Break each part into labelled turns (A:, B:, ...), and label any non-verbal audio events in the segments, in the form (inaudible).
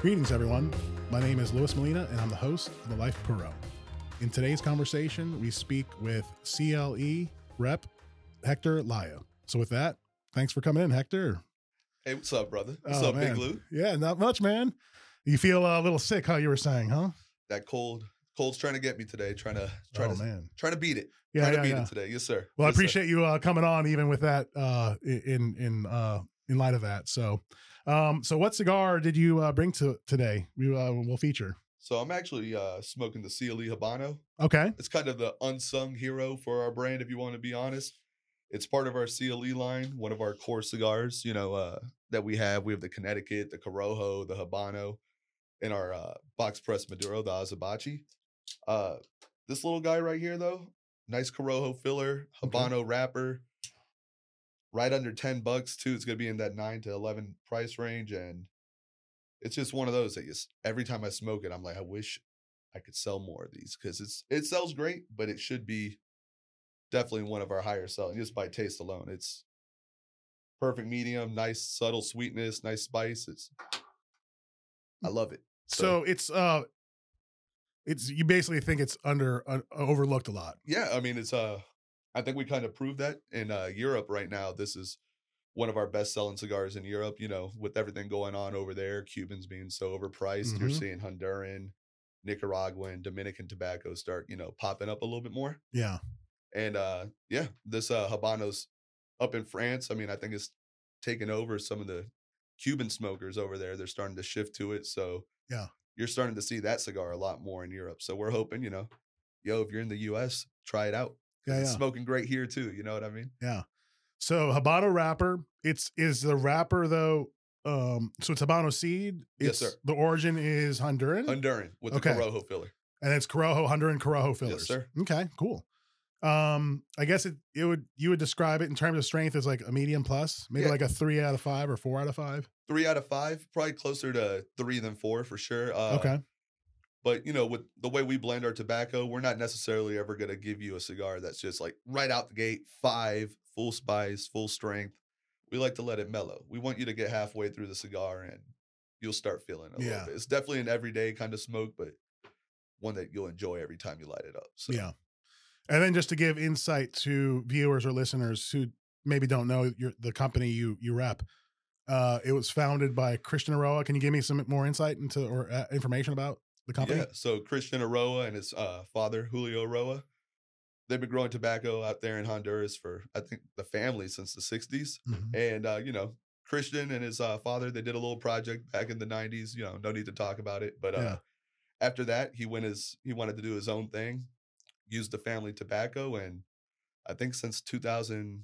A: Greetings, everyone. My name is Luis Molina, and I'm the host of The Life Pro. In today's conversation, we speak with CLE rep Hector Laya. So, with that, thanks for coming in, Hector.
B: Hey, what's up, brother? What's
A: Oh,
B: up,
A: man.
B: Big Lou?
A: Yeah, not much, man. You feel uh, a little sick, how you were saying, huh?
B: That cold, cold's trying to get me today. Trying to, trying
A: oh,
B: to,
A: man.
B: trying to beat it.
A: Yeah,
B: trying
A: yeah,
B: to beat
A: yeah.
B: it today. Yes, sir.
A: Well, I
B: Yes, sir.
A: appreciate you uh, coming on, even with that uh, in in uh, in light of that. So, um, so what cigar did you uh, bring to today? We uh, will feature.
B: So I'm actually uh, smoking the CLE Habano.
A: Okay,
B: It's kind of the unsung hero for our brand, if you want to be honest. It's part of our CLE line, one of our core cigars. You know uh, that we have. We have the Connecticut, the Corojo, the Habano, and our uh, box press Maduro, the Azabachi. Uh, this little guy right here, though, nice Corojo filler,
A: Okay.
B: Habano wrapper, right under ten bucks too. It's gonna be in that nine to eleven price range, and it's just one of those that just every time I smoke it, I'm like, I wish I could sell more of these because it's it sells great, but it should be definitely one of our higher selling just by taste alone. It's perfect medium, nice subtle sweetness, nice spice. It's I love it.
A: so, it's uh, it's you basically think it's under uh, overlooked a lot.
B: yeah, I mean it's uh I think we kind of proved that in uh Europe right now. This is one of our best selling cigars in Europe, you know, with everything going on over there, Cubans being so overpriced, you're
A: Mhm.
B: seeing Honduran, Nicaraguan, Dominican tobacco start, you know, popping up a little bit more.
A: Yeah,
B: and uh yeah this uh habanos up in france i mean i think it's taken over some of the cuban smokers over there they're starting to shift to it so
A: Yeah.
B: you're starting to see that cigar a lot more in europe so we're hoping you know yo if you're in the us try it out 'cause
A: yeah,
B: it's
A: yeah.
B: smoking great here too you know what i mean
A: So Habano wrapper. It's is the wrapper though. Um, so it's Habano seed.
B: Yes,
A: It's-
B: sir.
A: The origin is Honduran,
B: honduran with
A: Mm. Okay.
B: the corojo filler
A: and it's Corojo Honduran Corojo fillers.
B: sir.
A: Okay, cool. Um, I guess it it would you would describe it in terms of strength as like a medium plus, maybe
B: Yeah.
A: like a three out of five or four out of five.
B: three out of five probably closer to three than four for sure uh
A: okay,
B: But you know, with the way we blend our tobacco, we're not necessarily ever going to give you a cigar that's just like right out the gate, five, full spice, full strength. We like to let it mellow. We want you to get halfway through the cigar and you'll start feeling it a
A: Yeah.
B: little bit. It's definitely an everyday kind of smoke, but one that you'll enjoy every time you light it up. So
A: yeah. And then just to give insight to viewers or listeners who maybe don't know your, the company you you rep, uh, it was founded by Christian Aroa. Can you give me some more insight into or uh, information about the company?
B: Yeah, so Christian Aroa and his uh, father Julio Aroa, they've been growing tobacco out there in Honduras for I think the family since the '60s.
A: Mhm.
B: and uh, you know christian and his uh, father they did a little project back in the 90s you know no need to talk about it but uh,
A: Yeah.
B: after that he went his he wanted to do his own thing used the family tobacco and i think since 2012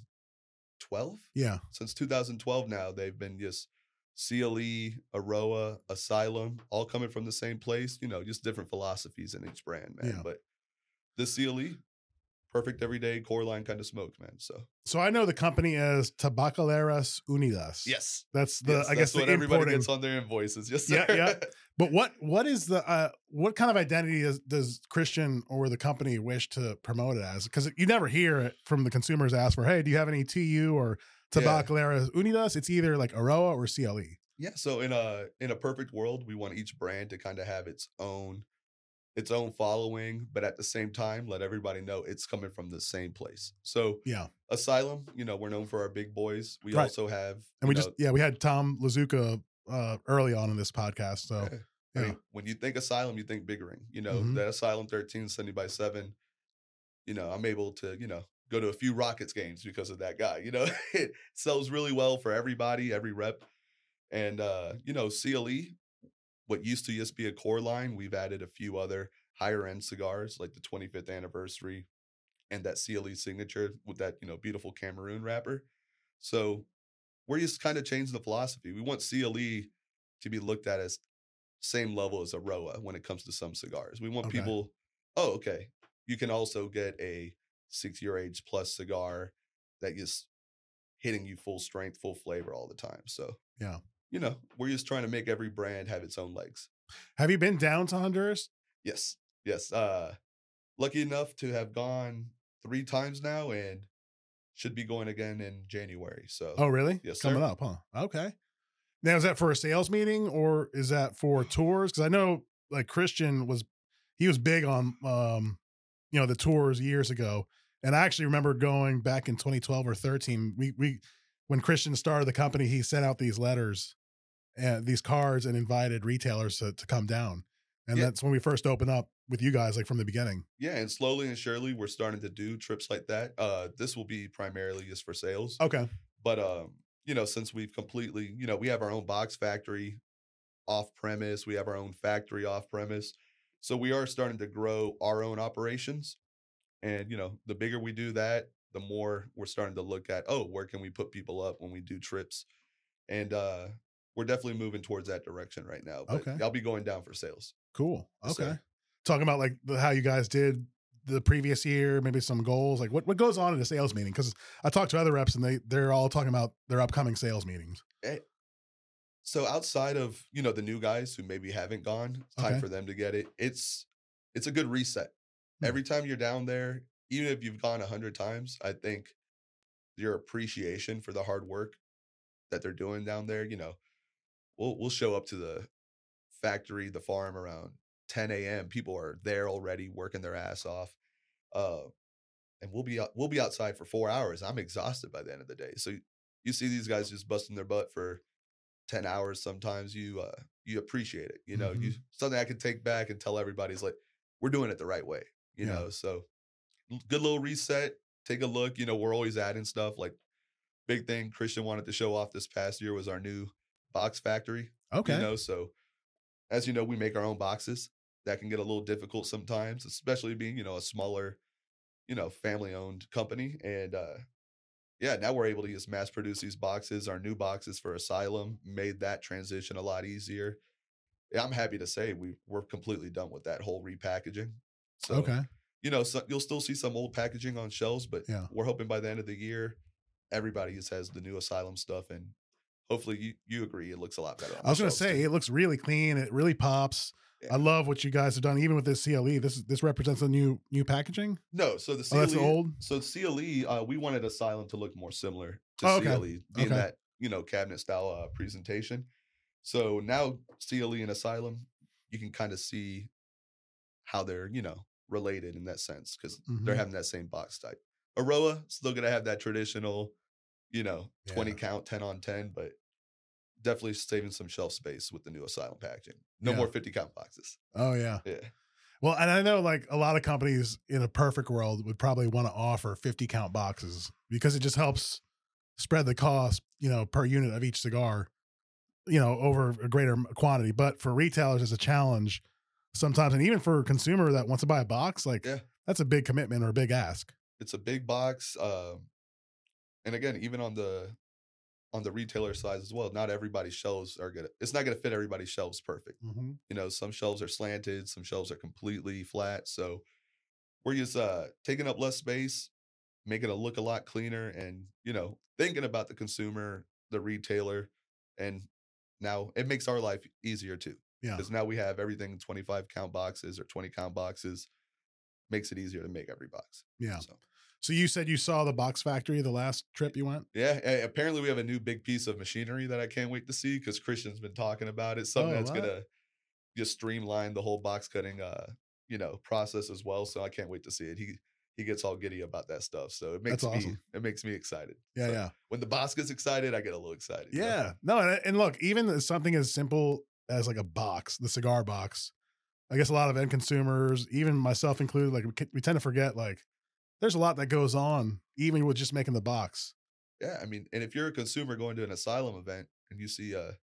A: Yeah.
B: since 2012 now they've been just cle aroa asylum all coming from the same place you know just different philosophies in each brand man
A: Yeah.
B: but the cle perfect everyday core line kind of smoke man so
A: So I know the company as Tabacaleras Unidas.
B: yes
A: That's the
B: Yes,
A: I guess
B: that's what
A: the
B: everybody
A: importing.
B: gets on their invoices. Yes,
A: Yeah,
B: sir.
A: yeah. But what what is the uh, what kind of identity does, does Christian or the company wish to promote it as? Because you never hear it from the consumers ask for, "Hey, do you have any TU or
B: Yeah.
A: Tabacalera Unidas?" It's either like Aroa or E. CLE.
B: (laughs) Yeah, So in a in a perfect world, we want each brand to kind of have its own its own following, but at the same time, let everybody know it's coming from the same place. So
A: Yeah,
B: Asylum, you know, we're known for our big boys. We
A: Right.
B: also have,
A: and
B: you
A: we just
B: know,
A: yeah we had Tom Lazuka uh, early on in this podcast. So
B: Yeah.
A: yeah,
B: I mean, when you think Asylum, you think Big Ring. You know,
A: Mhm.
B: that Asylum 13, 70 by 7. You know, I'm able to, you know, go to a few Rockets games because of that guy. You know, (laughs) it sells really well for everybody, every rep. And, uh, you know, CLE, what used to just be a core line, we've added a few other higher end cigars like the 25th anniversary and that CLE signature with that, you know, beautiful Cameroon wrapper. So we're just kind of changing the philosophy. We want CLE to be looked at as same level as Aroa when it comes to some cigars. We want
A: Okay.
B: people, oh, okay. You can also get a six year age plus cigar that just hitting you full strength, full flavor all the time. So
A: Yeah.
B: You know, we're just trying to make every brand have its own legs.
A: have you been down to Honduras?
B: Yes. Yes. Uh lucky enough to have gone three times now and should be going again in January. So
A: Oh, really?
B: Yes,
A: Coming
B: sir.
A: up, huh? Okay. Now is that for a sales meeting or is that for tours? Because I know like Christian was he was big on um you know the tours years ago, and I actually remember going back in 2012 or 13. We we when Christian started the company, he sent out these letters and these cards and invited retailers to, to come down, and
B: Yeah.
A: that's when we first opened up with you guys like from the beginning.
B: Yeah, and slowly and surely we're starting to do trips like that. Uh, this will be primarily just for sales,
A: Okay,
B: but um, you know, since we've completely, you know, we have our own box factory off premise, we have our own factory off premise, so we are starting to grow our own operations. And you know, the bigger we do that, the more we're starting to look at, oh, where can we put people up when we do trips? And uh, we're definitely moving towards that direction right now. But
A: Okay.
B: I'll be going down for sales.
A: cool.
B: Yes,
A: Okay,
B: sir.
A: talking about like the, how you guys did the previous year, maybe some goals, like what what goes on at a sales meeting? Because I talked to other reps and they they're all talking about their upcoming sales meetings.
B: so outside of you know the new guys who maybe haven't gone it's time
A: Okay.
B: for them to get it it's it's a good reset
A: Hmm.
B: every time you're down there even if you've gone a hundred times i think your appreciation for the hard work that they're doing down there you know we'll we'll show up to the factory the farm around 10 a.m people are there already working their ass off uh and we'll be out, we'll be outside for four hours i'm exhausted by the end of the day so you see these guys just busting their butt for 10 hours sometimes you uh you appreciate it you know you something i can take back and tell everybody is like we're doing it the right way you
A: Yeah.
B: know so l- good little reset take a look you know we're always adding stuff like big thing christian wanted to show off this past year was our new box factory
A: Okay,
B: you know so as you know we make our own boxes that can get a little difficult sometimes especially being you know a smaller you know family owned company and uh yeah now we're able to just mass produce these boxes our new boxes for asylum made that transition a lot easier Yeah, i'm happy to say we we're completely done with that whole repackaging so
A: okay,
B: you know so you'll still see some old packaging on shelves but
A: Yeah.
B: we're hoping by the end of the year everybody just has the new asylum stuff and hopefully you, you agree it looks a lot better on
A: I was
B: the
A: gonna
B: shelves, too.
A: say it looks really clean. It really pops.
B: Yeah.
A: I love what you guys have done, even with this CLE. This is this represents a new new packaging.
B: No, so the
A: Oh,
B: CLE.
A: that's the old.
B: So CLE, uh, we wanted Asylum to look more similar to
A: Oh, okay.
B: CLE, being
A: Okay.
B: that you know cabinet style uh, presentation. So now CLE and Asylum, you can kind of see how they're you know related in that sense because they're
A: Mhm.
B: having that same box type. Aroa still gonna have that traditional, you know, twenty
A: Yeah.
B: count, ten on ten, but definitely saving some shelf space with the new Asylum packaging. No
A: Yeah.
B: more fifty count boxes.
A: Oh yeah.
B: Yeah.
A: Well, and I know like a lot of companies in a perfect world would probably want to offer 50 count boxes because it just helps spread the cost, you know, per unit of each cigar, you know, over a greater m- quantity. But for retailers, it's a challenge sometimes, and even for a consumer that wants to buy a box, like
B: Yeah.
A: that's a big commitment or a big ask.
B: it's a big box um and again even on the on the retailer side as well not everybody's shelves are gonna it's not gonna fit everybody's shelves perfect
A: Mm-hmm.
B: you know some shelves are slanted some shelves are completely flat so we're just uh taking up less space making it look a lot cleaner and you know thinking about the consumer the retailer and now it makes our life easier too
A: Yeah.
B: because now we have everything in 25 count boxes or 20 count boxes makes it easier to make every box
A: Yeah.
B: so
A: So you said you saw the box factory the last trip you went?
B: Yeah, a- apparently we have a new big piece of machinery that I can't wait to see because Christian's been talking about it. Something
A: Oh,
B: that's
A: what?
B: gonna just streamline the whole box cutting, uh, you know, process as well. So I can't wait to see it. He he gets all giddy about that stuff, so it makes
A: That's
B: me
A: awesome.
B: it makes me excited.
A: Yeah,
B: So
A: yeah.
B: When the boss gets excited, I get a little excited. you know?
A: Yeah. No, and, and look, even as something as simple as like a box, the cigar box, I guess a lot of end consumers, even myself included, like we, ca- we tend to forget, like, there's a lot that goes on, even with just making the box.
B: yeah. I mean, and if you're a consumer going to an asylum event and you see a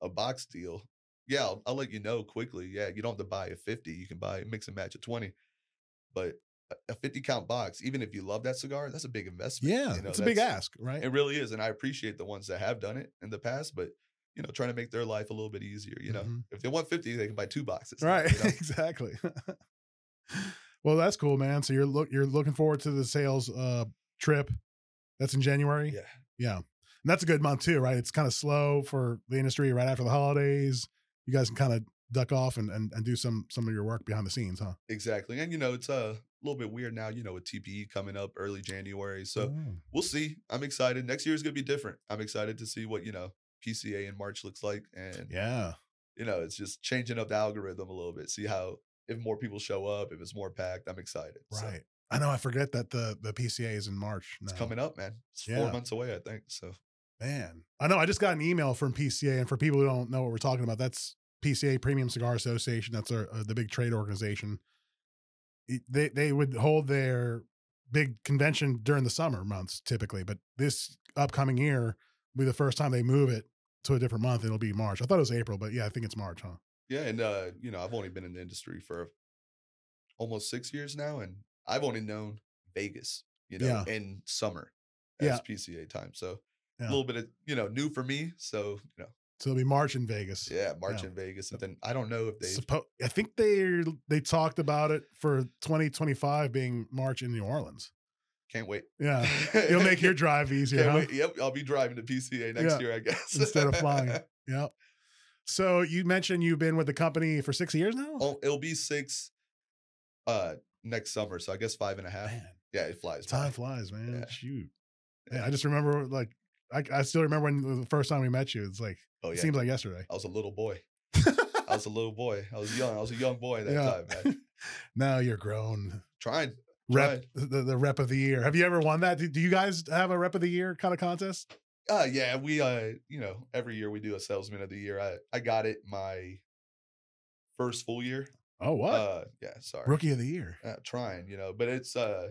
B: a box deal, yeah, I'll, I'll let you know quickly. Yeah, you don't have to buy a fifty; you can buy mix and match a twenty, but. a- A 50 count box, even if you love that cigar, that's a big investment.
A: Yeah.
B: you know,
A: it's a big
B: that's-
A: ask, right?
B: It really is. And I appreciate the ones that have done it in the past, but you know, trying to make their life a little bit easier. You know,
A: Mhm.
B: if they want 50, they can buy two boxes. now,
A: right.
B: you
A: (laughs)
B: know?
A: exactly. well, that's cool, man. So you're look you're looking forward to the sales uh trip. That's in January.
B: Yeah.
A: Yeah. And that's a good month too, right? It's kind of slow for the industry right after the holidays. You guys can kind of duck off and, and, and do some some of your work behind the scenes, huh?
B: exactly. And you know, it's a little bit weird now, you know, with TPE coming up early January. So
A: Oh.
B: we'll see. I'm excited. Next year is going to be different. I'm excited to see what, you know, PCA in March looks like. And
A: Yeah.
B: you know, it's just changing up the algorithm a little bit. See how if more people show up, if it's more packed, I'm excited.
A: Right.
B: So
A: I know. I forget that the the PCA is in March.
B: it's
A: now.
B: coming up, man. It's
A: Yeah.
B: four months away, I think. So
A: Man, I know. I just got an email from PCA, and for people who don't know what we're talking about, that's PCA Premium Cigar Association. That's our, uh, the big trade organization. It- They they would hold their big convention during the summer months typically, but this upcoming year will be the first time they move it to a different month. It'll be March. I thought it was April, but yeah, I think it's March, huh?
B: yeah, and uh, you know, I've only been in the industry for almost six years now, and I've only known Vegas, you know, in summer as
A: Yeah.
B: PCA time. So
A: Yeah.
B: a little bit of you know new for me. So you know,
A: So it'll be March in Vegas.
B: yeah, March
A: Yeah.
B: in Vegas, and then I don't know if they
A: Suppo- I think they they talked about it for 2025 being March in New Orleans.
B: can't wait. (laughs)
A: Yeah, (laughs) it'll make your drive easier.
B: Can't
A: huh?
B: wait. Yep, I'll be driving to PCA next
A: Yeah.
B: year, I guess,
A: Instead of flying. Yep. So you mentioned you've been with the company for six years now.
B: (laughs) Oh, it'll be six uh next summer. So I guess five and a half.
A: man,
B: Yeah, it flies. by.
A: time flies, man.
B: Yeah.
A: Shoot. Man, I just remember like I, I still remember when the first time we met you. It's like
B: Oh
A: it
B: yeah.
A: seems like yesterday.
B: I was a little
A: (laughs)
B: boy. I was a little boy. I was young. I was a young boy that
A: Yeah.
B: time, man.
A: now you're grown.
B: Trying.
A: Rep
B: Right.
A: the, the rep of the year. Have you ever won that? Do, do you guys have a rep of the year kind of contest?
B: Uh yeah, we uh, you know, every year we do a salesman of the year. I, I got it my first full year.
A: Oh what?
B: Uh yeah, sorry.
A: Rookie of the year.
B: uh, trying, you know. But it's uh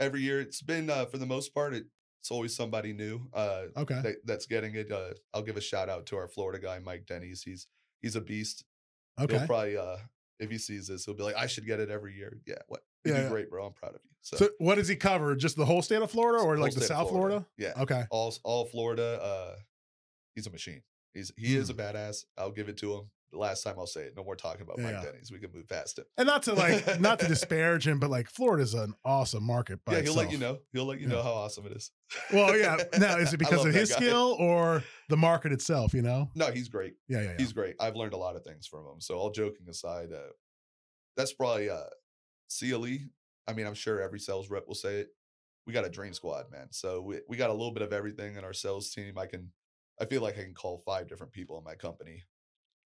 B: every year. It's been uh, for the most part. It, it's always somebody new uh,
A: Okay.
B: that, that's getting it. Uh, I'll give a shout out to our Florida guy, Mike Denny's. He's he's a beast.
A: Okay.
B: He'll probably uh, if he sees this, he'll be like, I should get it every year. Yeah, what? You
A: Yeah, yeah.
B: do great, bro. I'm proud of you. So,
A: so what does he cover? Just the whole state of Florida or
B: whole
A: like the
B: state of
A: South Florida? Uh.
B: Yeah,
A: Okay.
B: all all Florida. Uh, he's a machine. He's he is a
A: Mm.
B: badass. I'll give it to him. The last time I'll say it. No more talking about
A: Yeah.
B: Mike Denny's. We can move past him.
A: And not to like not
B: (laughs)
A: to disparage him, but like Florida's an awesome market. By
B: yeah, he'll let
A: itself.
B: you know. He'll let you
A: Yeah.
B: know how awesome it is.
A: Well, yeah. Now, is
B: (laughs) I
A: it because
B: love
A: of
B: that
A: his
B: guy.
A: skill or the market itself? You know?
B: No, he's great.
A: Yeah, yeah, yeah.
B: He's great. I've learned a lot of things from him. So, all joking aside, uh, that's probably uh, CLE. I mean, I'm sure every sales rep will say it. We got a dream squad, man. So we we got a little bit of everything in our sales team. I can, I feel like I can call five different people in my company,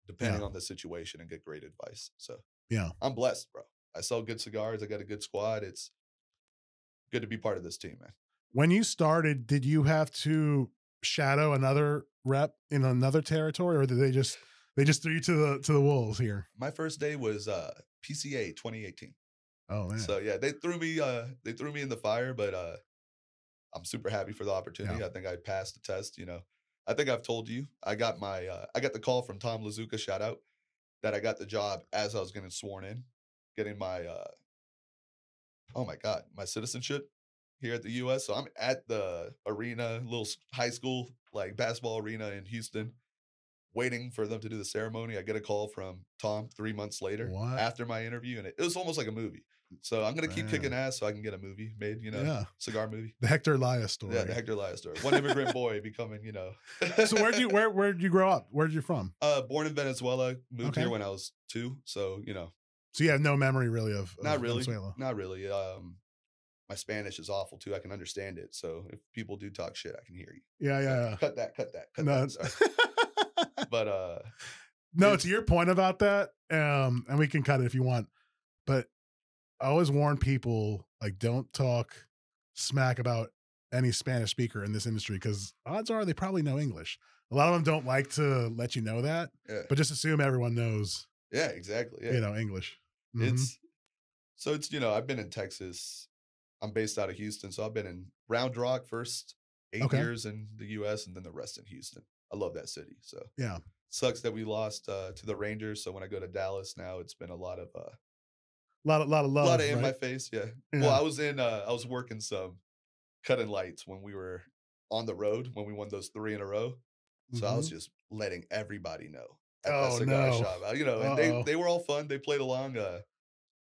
B: depending
A: Yeah.
B: on the situation, and get great advice. So
A: Yeah.
B: I'm blessed, bro. I sell good cigars. I got a good squad. It's good to be part of this team, man.
A: When you started, did you have to shadow another rep in another territory, or did they just they just threw you to the to the wolves here?
B: My first day was uh, PCA 2018.
A: Oh man,
B: So yeah, they threw me uh they threw me in the fire, but uh I'm super happy for the opportunity. I think I passed the test, you know. I think I've told you. I got my uh I got the call from Tom Lazuka, shout out, that I got the job as I was getting sworn in, getting my uh oh my god, my citizenship here at the US. So I'm at the arena, little s- high school like basketball arena in Houston. Waiting for them to do the ceremony, I get a call from Tom three months later
A: What?
B: after my interview, and it, it was almost like a movie. So I'm gonna keep kicking ass so I can get a movie made, you know,
A: yeah,
B: cigar movie.
A: the Hector Elias story.
B: Yeah, the Hector Elias story.
A: (laughs)
B: One immigrant boy becoming, you know.
A: so where'd you where where'd you grow up? Where'd you from?
B: (laughs) Uh, born in Venezuela, moved
A: Okay.
B: here when I was two, so you know,
A: So you have no memory really of, of
B: Not really.
A: Venezuela.
B: not really. Um, my Spanish is awful too. I can understand it, so if people do talk shit, I can hear you.
A: Yeah,
B: So
A: yeah,
B: Cut that. Cut (laughs) that.
A: yeah.
B: Cut
A: No,
B: that. Sorry.
A: (laughs)
B: But uh,
A: No,
B: It's-
A: to your point about that, um, and we can cut it if you want, but I always warn people like don't talk smack about any Spanish speaker in this industry because odds are they probably know English. A lot of them don't like to let you know that,
B: yeah,
A: but just assume everyone knows
B: yeah, exactly. Yeah,
A: you know English. Mhm.
B: It's so it's you know I've been in Texas. I'm based out of Houston, so I've been in Round Rock first eight
A: Okay.
B: years in the U.S. and then the rest in Houston. I love that city. So
A: Yeah.
B: sucks that we lost uh, to the Rangers. So when I go to Dallas now, it's been a lot of uh,
A: a lot of lot of
B: a
A: love.
B: lot of in my
A: right?
B: face. Yeah.
A: Yeah.
B: Well, I was in. Uh, I was working some cutting lights when we were on the road when we won those three in a row. So I was
A: Mhm.
B: just letting everybody know at that
A: Oh,
B: cigar
A: no.
B: shop. Uh, You know, and they,
A: Uh-oh.
B: they were all fun. They played along. Uh,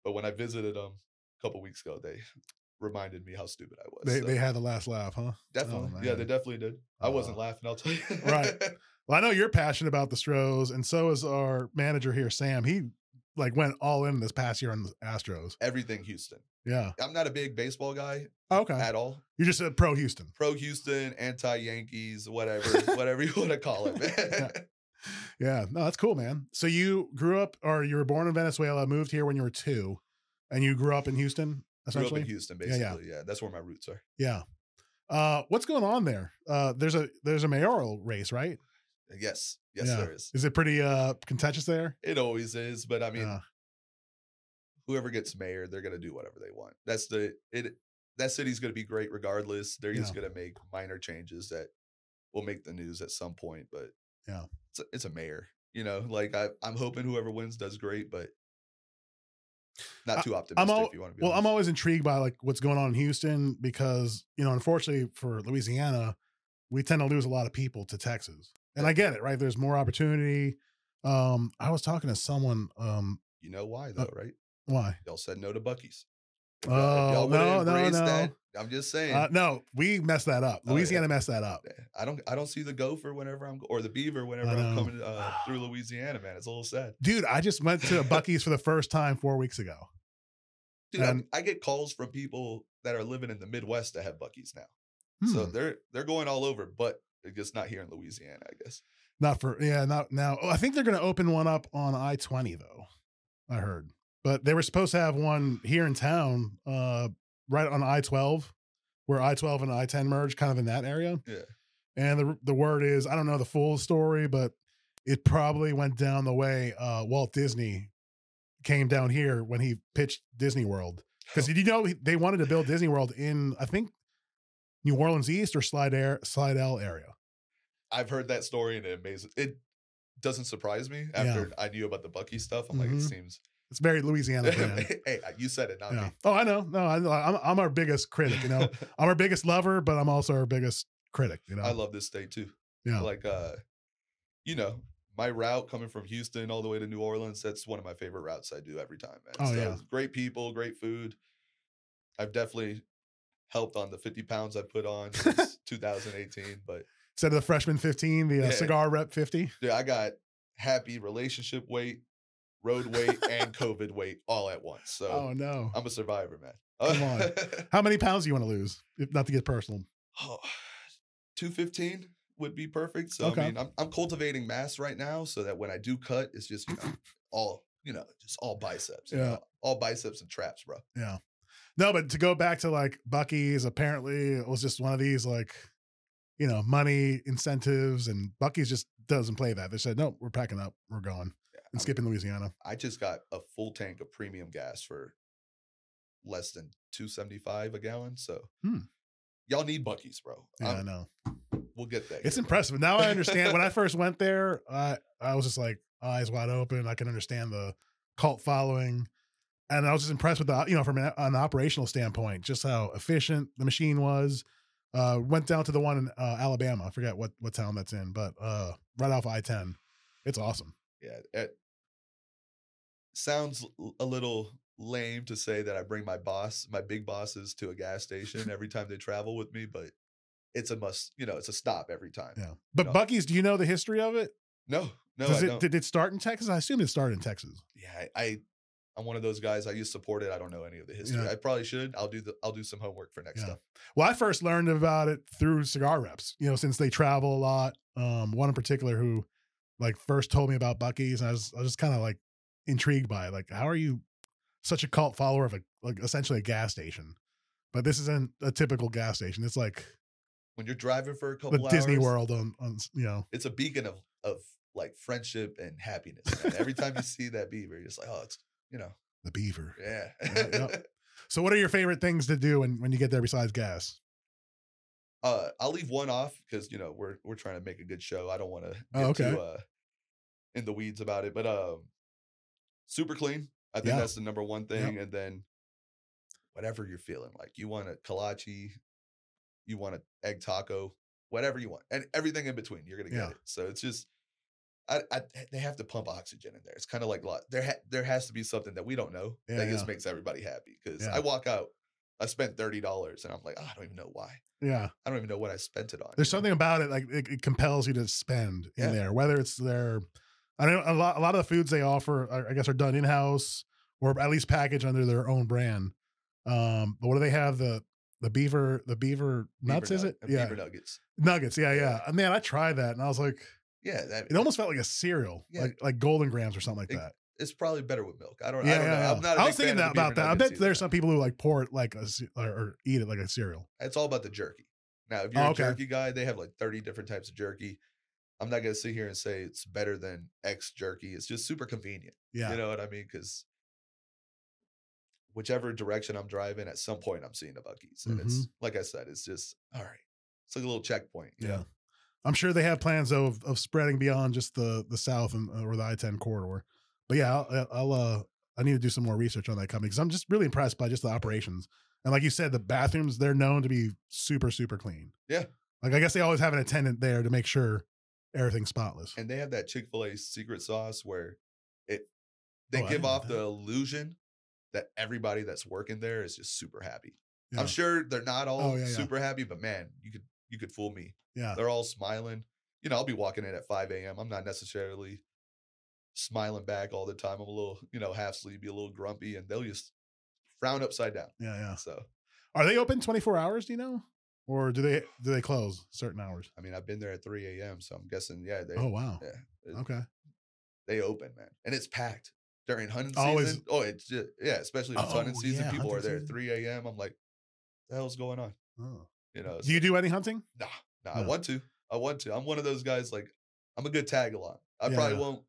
B: but when I visited them a couple weeks ago, they (laughs) reminded me how stupid I was.
A: they
B: so
A: they had the last laugh, huh?
B: definitely, yeah, they
A: man.
B: definitely did. I wasn't
A: Uh,
B: laughing. I'll tell you.
A: Right. Well, I know you're passionate about the Stros, and so is our manager here, Sam. He like went all in this past year on the Astros.
B: (laughs) Everything Houston.
A: Yeah.
B: I'm not a big baseball guy
A: Okay.
B: at all.
A: You're just a pro Houston.
B: Pro Houston, anti Yankees, whatever,
A: (laughs)
B: whatever you want to call it. man. (laughs)
A: Yeah. No, that's cool, man. So you grew up or you were born in Venezuela, moved here when you were two, and you grew up in Houston,
B: Grew up
A: essentially?
B: in Houston,
A: Yeah,
B: basically.
A: yeah.
B: Yeah, that's where my roots are.
A: Yeah. Uh, what's going on there? Uh, there's a there's a mayoral race, right?
B: Yes, yes,
A: Yeah.
B: there is.
A: Is it pretty uh contentious there? Uh,
B: It always is, but I mean,
A: Yeah.
B: whoever gets mayor, they're gonna do whatever they want. That's the it. That city's gonna be great regardless. They're just gonna make minor changes that will make the news at some point. But
A: Yeah.
B: it's a, it's a mayor. You know, like I, I'm hoping whoever wins does great, but
A: I-
B: not too optimistic.
A: al-
B: if you want to be
A: Well, I'm
B: honest.
A: always intrigued by like what's going on in Houston because you know, unfortunately for Louisiana, we tend to lose a lot of people to Texas, and I get it, right? There's more opportunity. Um, I was talking to someone. Um,
B: you know why though, right?
A: why?
B: Y'all said no to Bucky's. If y'all- if
A: Oh
B: y'all would've
A: no, no,
B: embraced
A: no,
B: that- I'm just saying.
A: uh, no. We messed that up.
B: Oh, yeah.
A: Louisiana messed that up.
B: I don't. I don't see the gopher whenever I'm or the beaver whenever I'm
A: know.
B: coming uh,
A: (sighs)
B: through Louisiana, man. It's a little sad.
A: Dude, I just went
B: (laughs)
A: to Bucky's for the first time four weeks ago.
B: Dude, I-
A: And-
B: I, get calls from people that are living in the Midwest that have Bucky's now. So
A: Hmm.
B: they're they're going all over, but they're just not here in Louisiana, I guess.
A: Not for yeah, not now. Oh, I think they're going to open one up on I twenty though. I heard, but they were supposed to have one here in town, uh, right on I twelve, where I twelve and I ten merge, kind of in that area.
B: Yeah.
A: And the the word is I don't know the full story, but it probably went down the way uh, Walt Disney came down here when he pitched Disney World. Because did you know he- they wanted to build Disney World in I think New Orleans East or Slide Air Slide L area?
B: I've heard that story and it amazes it doesn't surprise me
A: Yeah.
B: after I knew about the Bucky stuff. I'm like, it
A: Mhm.
B: seems
A: It's very
B: (laughs)
A: Louisiana. brand.
B: hey, you said it, not
A: Yeah.
B: me.
A: Oh, I know. No, I, know. I'm I'm our biggest critic. You
B: (laughs)
A: know, I'm our biggest lover, but I'm also our biggest critic. You know.
B: I love this state too.
A: Yeah.
B: Like uh, you know, my route coming from Houston all the way to New Orleans, that's one of my favorite routes I do every time, man.
A: Oh, yeah.
B: great people, great food. I've definitely helped on the 50 pounds I put
A: (laughs)
B: on since 2018. But
A: Instead of the freshman 15, the uh,
B: Yeah.
A: cigar rep 50.
B: dude, I got happy relationship weight, road weight,
A: (laughs)
B: and COVID weight all at once. So
A: Oh no.
B: I'm a survivor, man.
A: Come on.
B: (laughs)
A: How many pounds do you want to lose? If not to get personal.
B: Oh, 215 would be perfect. So
A: Okay.
B: I mean, I'm, I'm cultivating mass right now so that when I do cut, it's just you know, all you know, just all biceps. you
A: Yeah.
B: know, all biceps and traps, bro.
A: No, but to go back to like Bucky's, apparently it was just one of these like, you know, money incentives, and Bucky's just doesn't play that. They said, no, we're packing up, we're going
B: Yeah, I
A: and
B: mean,
A: skipping Louisiana.
B: I just got a full tank of premium gas for less than 275 a gallon. So
A: Hmm.
B: y'all need Bucky's, bro.
A: Yeah, I
B: I'm-
A: know.
B: We'll get that.
A: It's
B: here, bro.
A: impressive. Now I understand. when I first went there, I I was just like eyes wide open. I can understand the cult following, and I was just impressed with the you know from an, an operational standpoint, just how efficient the machine was. Uh, went down to the one in uh, Alabama. I forget what what town that's in, but uh, right off I ten, it's awesome.
B: Yeah. It sounds l- a little lame to say that I bring my boss, my big bosses to a gas station every time they travel with me, but it's a must, you know, it's a
A: (laughs)
B: stop every time.
A: Yeah, but
B: No.
A: Bucky's. Do you know the history of it?
B: No, no,
A: Does
B: I
A: it
B: don't.
A: did it start in Texas? I assume it started in Texas.
B: yeah, I, I I'm one of those guys. I just support it. I don't know any of the history.
A: Yeah.
B: I probably should. I'll do the I'll do some homework for next
A: Yeah.
B: time.
A: Well, I first learned about it through cigar reps, you know, since they travel a lot. Um, one in particular who like first told me about Bucky's, and I was I was just kind of like intrigued by it. Like, how are you such a cult follower of a like essentially a gas station? But this isn't a typical gas station. It's like
B: When you're driving for a couple
A: the
B: hours,
A: Disney World on on you know.
B: it's a beacon of of like friendship and happiness. man. Every time you see that beaver, you're just like, oh, it's you know,
A: The beaver.
B: yeah.
A: Yeah, yeah. So what are your favorite things to do when, when you get there besides gas?
B: Uh, I'll leave one off because you know we're we're trying to make a good show. I don't want to get
A: Oh, okay.
B: too uh, in the weeds about it, but um, super clean. I think
A: Yeah.
B: that's the number one thing, and then whatever you're feeling like, you want a kolache, you want an egg taco, whatever you want, and everything in between, you're gonna get
A: Yeah.
B: it. So it's just. I, I, they have to pump oxygen in there. It's kind of like lot. There, ha- there has to be something that we don't know
A: Yeah,
B: that just
A: yeah.
B: makes everybody happy. Because
A: Yeah.
B: I walk out, I spent thirty dollars, and I'm like, "Oh, I don't even know why.
A: Yeah.
B: I don't even know what I spent it on.
A: There's
B: you know?
A: something about it like it, it compels you to spend in
B: Yeah.
A: there, whether it's their I know a lot, a lot of the foods they offer, are- I guess, are done in house or at least packaged under their own brand. Um, but what do they have? The the beaver, the beaver nuts,
B: Beaver
A: is
B: nug- uh,
A: it? Yeah,
B: Beaver nuggets.
A: nuggets. Yeah, yeah.
B: Yeah.
A: Uh, Man, I tried that and I was like,
B: Yeah, that,
A: it almost felt like a cereal,
B: Yeah.
A: like like Golden Grams or something like
B: It-
A: that.
B: it's probably better with milk. I don't.
A: yeah,
B: I don't
A: yeah,
B: know.
A: yeah.
B: I'm not a
A: I
B: big
A: was thinking
B: fan of
A: that
B: the beaver
A: about that. I
B: nuggets
A: bet there's
B: either.
A: some people who like pour it like a ce- or, or eat it like a cereal.
B: It's all about the jerky. Now, if you're
A: Oh,
B: a
A: okay.
B: jerky guy, they have like 30 different types of jerky. I'm not gonna sit here and say it's better than X jerky. It's just super convenient.
A: Yeah,
B: You know what I mean? Because whichever direction I'm driving, at some point I'm seeing the Buckies,
A: Mm-hmm.
B: and it's like I said, it's just all right. It's like a little checkpoint. you
A: Yeah.
B: know?
A: I'm sure they have plans though of, of spreading beyond just the the South and uh, or the I-10 corridor. But yeah, I'll, I'll uh, I need to do some more research on that company because I'm just really impressed by just the operations. And like you said, the bathrooms they're known to be super super clean.
B: Yeah.
A: like I guess they always have an attendant there to make sure everything's spotless.
B: And they have that Chick Fil A secret sauce where it they
A: Oh, I didn't
B: give
A: know
B: off
A: that.
B: the illusion that everybody that's working there is just super happy.
A: Yeah. Oh,
B: I'm sure they're not all
A: yeah, Uh yeah.
B: super happy, but man, you could you could fool me.
A: Yeah.
B: They're all smiling. You know, I'll be walking in at 5 a.m. I'm not necessarily smiling back all the time. I'm a little, you know, half sleepy, a little grumpy, and they'll just frown upside down.
A: Yeah, yeah.
B: So,
A: Are they open 24 hours? Do you know, or do they do they close certain hours?
B: I mean, I've been there at 3 a.m. So I'm guessing, yeah, they
A: Oh wow.
B: yeah, it-
A: Okay.
B: they open, man, and it's packed during hunting
A: Always-
B: season. Oh, it's just, yeah, especially if it's hunting
A: Oh,
B: season.
A: yeah,
B: people are
A: hunting
B: there at
A: season.
B: 3 a.m. I'm like, the hell's going on?
A: Oh.
B: You know,
A: Do you do any hunting?
B: Nah, nah. I
A: No.
B: want to. I want to. I'm one of those guys. Like, I'm a good tag along. I
A: Yeah,
B: probably
A: yeah.
B: won't.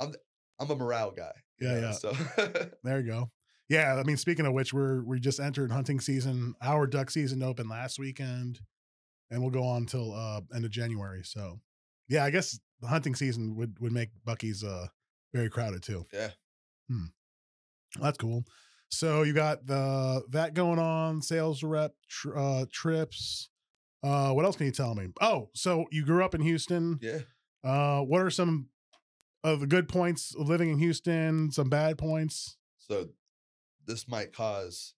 B: I'm th- I'm a morale guy. you
A: Yeah,
B: know,
A: yeah.
B: So (laughs)
A: There you go. Yeah, I mean, speaking of which, we're we just entered hunting season. Our duck season opened last weekend, and we'll go on till uh, end of January. So, yeah, I guess the hunting season would would make Bucky's uh very crowded too.
B: Yeah.
A: Hmm. That's cool. So you got the that going on, sales rep tr- uh, trips. Uh, what else can you tell me? Oh, so you grew up in Houston.
B: yeah,
A: Uh, what are some of the good points of living in Houston? Some bad points.
B: so this might cause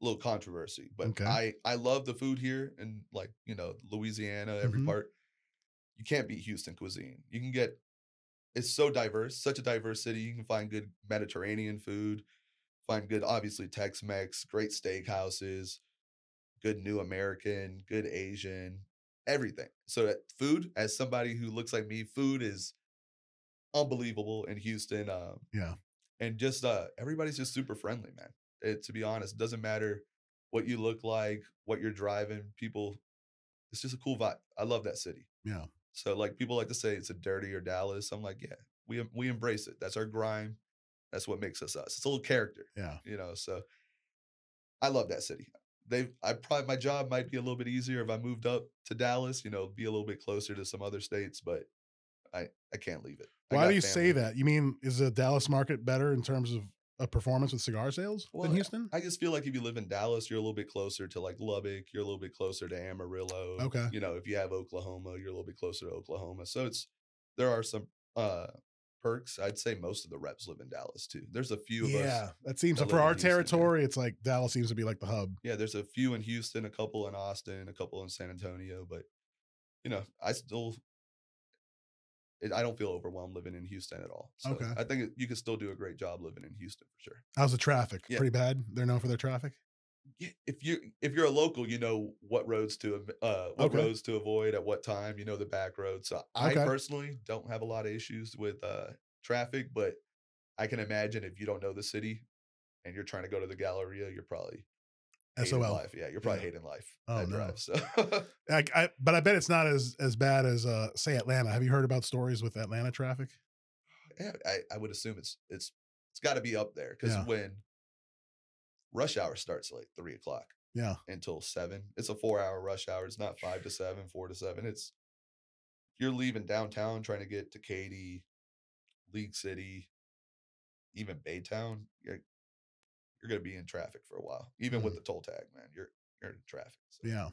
B: a little controversy, but
A: Okay.
B: I I love the food here and like you know Louisiana every
A: Mhm.
B: part. You can't beat Houston cuisine. You can get it's so diverse, such a diverse city. You can find good Mediterranean food, find good obviously Tex-Mex, great steakhouses, good New American, good Asian, everything. So that food, as somebody who looks like me, food is unbelievable in Houston. Um,
A: Yeah.
B: and just uh, everybody's just super friendly, man. It, to be honest, doesn't matter what you look like, what you're driving. People, it's just a cool vibe. I love that city.
A: Yeah.
B: So like people like to say it's a dirty or Dallas. I'm like, yeah, we em- we embrace it. That's our grime. That's what makes us us. It's a little character
A: Yeah.
B: you know so i love that city they i probably my job might be a little bit easier if i moved up to dallas you know be a little bit closer to some other states but i i can't leave it I
A: Why
B: got
A: do you say
B: family.
A: that? You mean is the Dallas market better in terms of a performance with cigar sales
B: Well,
A: than Houston?
B: i just feel like if you live in dallas you're a little bit closer to like lubbock you're a little bit closer to amarillo
A: Okay.
B: you know if you have oklahoma you're a little bit closer to oklahoma so it's there are some uh perks i'd say most of the reps live in dallas too there's a few of us
A: yeah, that seems
B: that
A: for
B: live in
A: our
B: Houston, yeah.
A: territory. It's like Dallas seems to be like the hub.
B: yeah, there's a few in Houston, a couple in Austin, a couple in San Antonio, but you know, I still it, I don't feel overwhelmed living in Houston at all. So
A: Okay.
B: I think it- you can still do a great job living in Houston for sure.
A: How's the traffic?
B: Yeah.
A: Pretty bad. They're known for their traffic.
B: Yeah, If you if you're a local, you know what roads to av- uh what
A: Okay.
B: roads to avoid at what time. You know the back roads. So I
A: Okay.
B: personally don't have a lot of issues with uh traffic, but I can imagine if you don't know the city and you're trying to go to the Galleria, you're probably hating
A: SOL.
B: life. Yeah, you're probably
A: Yeah.
B: hating life.
A: Oh,
B: that
A: no.
B: drive, so (laughs)
A: Like, I, but I bet it's not as as bad as uh, say Atlanta. Have you heard about stories with Atlanta traffic?
B: yeah, I, I would assume it's it's it's got to be up there because
A: Yeah.
B: when rush hour starts like three o'clock
A: Yeah.
B: until seven, it's a four hour rush hour. It's not five to seven, four to seven. It's you're leaving downtown trying to get to Katy, League City, even Baytown. You're, you're gonna be in traffic for a while, even with
A: Mhm.
B: the toll tag, man. You're you're in traffic. so.
A: Yeah.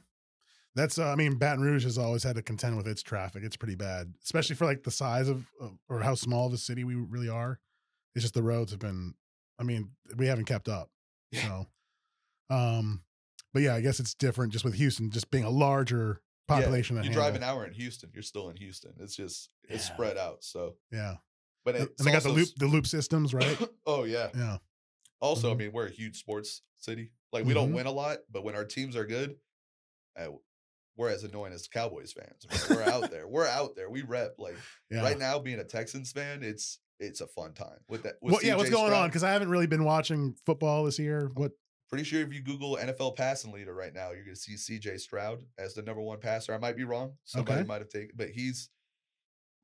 A: That's uh, I mean Baton Rouge has always had to contend with its traffic. It's pretty bad, especially for like the size of of- or how small of a city we really are. It's just the roads have been I mean, we haven't kept up.
B: Yeah.
A: So um but yeah, I guess it's different just with Houston just being a larger population.
B: Yeah,
A: to
B: you drive an
A: handle.
B: hour in Houston, you're still in Houston. It's just it's
A: Yeah.
B: spread out. So
A: Yeah.
B: But
A: And
B: it's
A: they got the
B: also
A: loop
B: s-
A: the loop systems,
B: (coughs)
A: right?
B: (laughs) oh yeah.
A: Yeah.
B: Also,
A: Mhm.
B: I mean, we're a huge sports city. Like we don't
A: Mhm.
B: win a lot, but when our teams are good, uh, we're as annoying as Cowboys fans. We're- We're out there. We're out there. We rep. Like
A: (laughs) Yeah.
B: right now, being a Texans fan, it's it's a fun time with that. With
A: What- yeah, what's
B: CJ
A: going on?
B: Stroud. Oh,
A: Because I haven't really been watching football this year. What?
B: Pretty sure if you Google NFL passing leader right now, you're going to see C.J. Stroud as the number one passer. I might be wrong. Somebody
A: Okay.
B: might have taken, but he's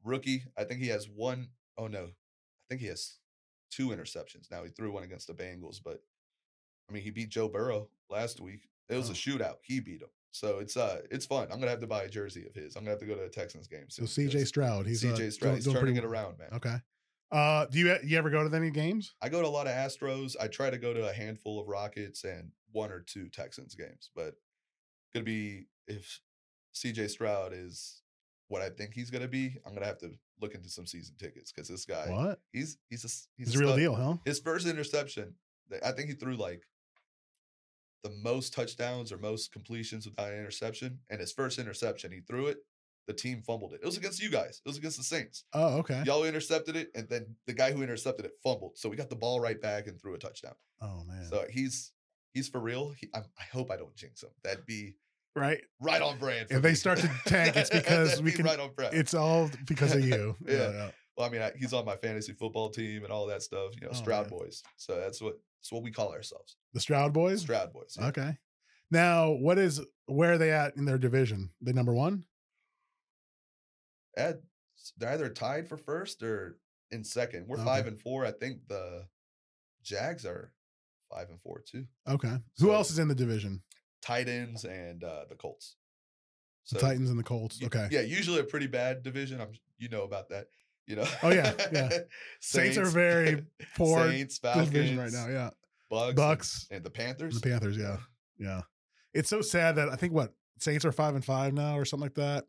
B: rookie. I think he has one oh no, I think he has two interceptions. Now he threw one against the Bengals, but I mean he beat Joe Burrow last week. It was
A: Oh.
B: a shootout. He beat him. So it's uh it's fun. I'm gonna have to buy a jersey of his. I'm gonna have to go to a Texans game.
A: So
B: soon
A: C.J.
B: because
A: Stroud, he's uh,
B: C.J. Stroud.
A: doing-
B: He's
A: doing pretty
B: turning it
A: well.
B: around, man.
A: Okay. Uh, do you you ever go to any games?
B: I go to a lot of Astros. I try to go to a handful of Rockets and one or two Texans games, but gonna be if CJ Stroud is what I think he's gonna be, I'm gonna have to look into some season tickets because this guy
A: what?
B: he's he's a s- he's
A: It's a real
B: stud.
A: deal, huh?
B: His first interception, th- I think he threw like the most touchdowns or most completions without an interception. And his first interception, he threw it. The team fumbled it. It was against you guys. It was against the Saints.
A: Oh, okay.
B: Y'all intercepted it, and then the guy who intercepted it fumbled. So we got the ball right back and threw a touchdown.
A: Oh man.
B: So he's he's for real. He, I, I hope I don't jinx him. That'd be
A: right.
B: right on brand.
A: If
B: for
A: they
B: me.
A: start to tank,
B: (laughs)
A: it's because
B: That'd
A: we
B: be
A: can-
B: Right on brand.
A: It's all because of you.
B: (laughs) Yeah. well, I mean, I, he's on my fantasy football team and all that stuff. You know,
A: Oh,
B: Stroud
A: man.
B: boys. So that's what that's what we call ourselves,
A: The Stroud boys.
B: Stroud boys. yeah.
A: Okay. Now, what is where are they at in their division? They number one.
B: Ed, s- they're either tied for first or in second. We're
A: Okay.
B: five and four. I think the Jags are five and four too.
A: Okay. Who
B: So-
A: else is in the division?
B: Tight ends and uh, the Colts.
A: The Titans and the Colts.
B: y-
A: Okay.
B: Yeah, usually a pretty bad division. I'm you know about that. You know.
A: Oh, yeah,
B: (laughs)
A: yeah. Saints are very Poor
B: Saints, Falcons,
A: division right now. Yeah.
B: Bucks, and-
A: Bucks.
B: and, the
A: and
B: Panthers.
A: the Panthers. Yeah. Yeah. It's so sad that I think what Saints are five and five now or something like that,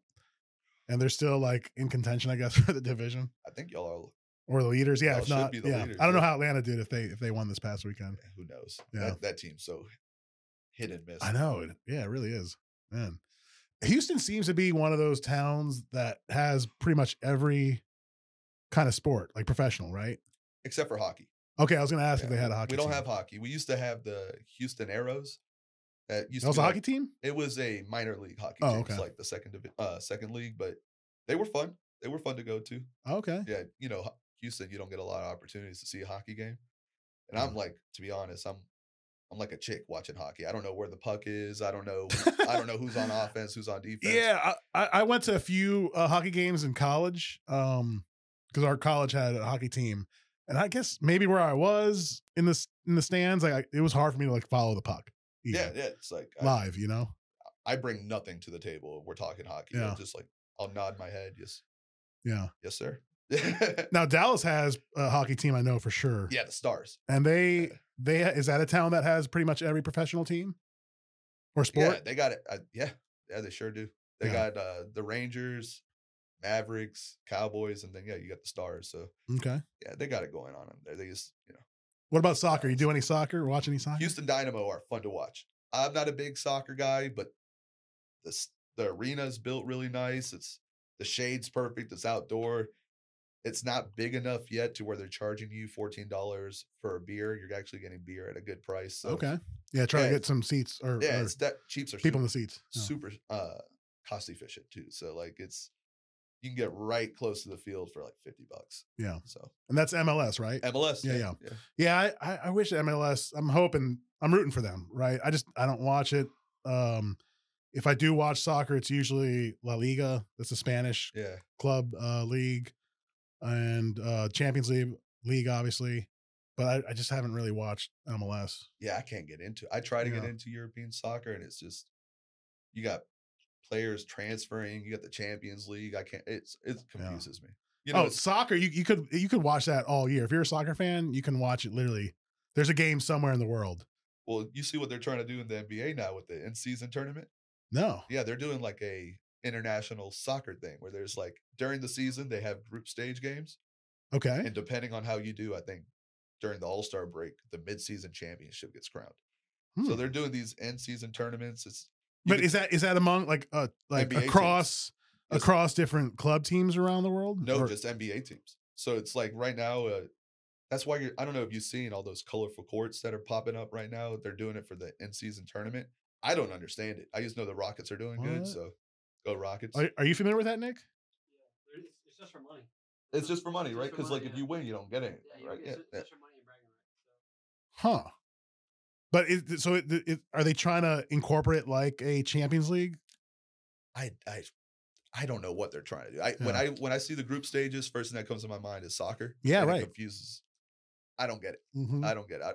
A: and they're still like in contention, I guess, (laughs) for the division
B: I think y'all
A: or the leaders. Yeah.
B: Y'all
A: if
B: should
A: not,
B: be the
A: yeah.
B: leaders,
A: I don't know
B: yeah.
A: how Atlanta did if they if they won this past weekend.
B: are. Who knows?
A: Yeah.
B: That, that team's so hit and miss.
A: I know. It, yeah, it really is. Man. Houston seems to be one of those towns that has pretty much every kind of sport, like professional, right?
B: Except for hockey.
A: Okay, I was going to ask if
B: Yeah,
A: they had a hockey
B: We don't
A: team.
B: have hockey. We used to have the Houston Arrows. That used
A: That was
B: to
A: a
B: be like-
A: hockey team?
B: It was a minor league hockey
A: Oh,
B: team.
A: okay.
B: It's like the second divi- uh, second league, but they were fun. They were fun to go to.
A: Okay.
B: Yeah, you know, ho- Houston, you don't get a lot of opportunities to see a hockey game. And
A: Mhm.
B: I'm like, to be honest, I'm I'm like a chick watching hockey. I don't know where the puck is. I don't know. I don't know who's on offense, who's on defense.
A: (laughs) Yeah, I, I- I went to a few uh, hockey games in college because our college had a hockey team, and I guess maybe where I was in the s- in the stands, like I, it was hard for me to like follow the puck. even
B: yeah, yeah. It's like I,
A: live, you know.
B: I bring nothing to the table. We're talking hockey.
A: Yeah.
B: I'm just like I'll nod my head. Yes,
A: Yeah.
B: yes, sir. (laughs)
A: Now Dallas has a hockey team, I know for sure.
B: yeah, the stars.
A: and they
B: Yeah.
A: they is that a town that has pretty much every professional team or sport?
B: Yeah, they got it. I, yeah, yeah, they sure do. They
A: Yeah.
B: got uh, the Rangers, Mavericks, Cowboys, and then yeah, you got the Stars. So
A: Okay.
B: yeah, they got it going on. in there. They just you know,
A: What about soccer? You do any soccer? Watch any soccer?
B: Houston Dynamo are fun to watch. I'm not a big soccer guy, but the s- the arena's built really nice. It's the shades perfect. It's outdoor. It's not big enough yet to where they're charging you fourteen dollars for a beer. You're actually getting beer at a good price. So
A: okay. Yeah, try to
B: Yeah,
A: get some seats or,
B: yeah,
A: or
B: it's that cheaps are super-
A: people in the seats. Oh. Yeah.
B: super uh cost efficient too. So like it's you can get right close to the field for like fifty bucks.
A: Yeah.
B: So
A: And that's MLS, right?
B: MLS.
A: Yeah,
B: yeah. yeah.
A: Yeah, I, I, I wish MLS. I'm hoping I'm rooting for them, right? I just I don't watch it. Um, if I do watch soccer, it's usually La Liga. That's a Spanish
B: Yeah.
A: club uh, league and uh, Champions League league, obviously. But I, I just haven't really watched MLS.
B: Yeah, I can't get into. I try to get
A: Yeah.
B: into European soccer, and it's just you got players transferring. You got the Champions League. I can't. It's it confuses me. You know,
A: oh,
B: it's,
A: soccer! You you could you could watch that all year. If you're a soccer fan, you can watch it literally. There's a game somewhere in the world.
B: well, you see what they're trying to do in the NBA now with the in season tournament.
A: No,
B: Yeah, they're doing like a international soccer thing where there's like during the season they have group stage games.
A: okay,
B: And depending on how you do, I think during the All Star break, the midseason championship gets crowned. So
A: Hmm.
B: they're doing these end season tournaments. It's you
A: but
B: could-
A: is that is that among like uh like
B: NBA teams.
A: across
B: Just-
A: across different club teams around the world?
B: no
A: Or-
B: just NBA teams. So it's like right now, uh, that's why you're, I don't know if you've seen all those colorful courts that are popping up right now. They're doing it for the in season tournament. I don't understand it. I just know the Rockets are doing good.
A: What?
B: So go Rockets.
A: Are, are you familiar with that, Nick?
C: Yeah, it's, it's just for money.
B: it's just for money,
C: Just
B: right?
C: for
B: Because
C: money,
B: like if
C: yeah.
B: you win, you don't get anything,
C: Yeah, you
B: right?
C: don't
B: Yeah,
C: get, it's
B: yeah.
C: just for money and bragging rights.
A: Huh.
C: So.
A: But is, so it, it, are they trying to incorporate like a Champions League?
B: I I I don't know what they're trying to do. I when
A: Yeah.
B: I when I see the group stages, first thing that comes to my mind is soccer.
A: Yeah,
B: and it
A: right.
B: confuses. I don't get it.
A: Mhm.
B: I don't get it. I,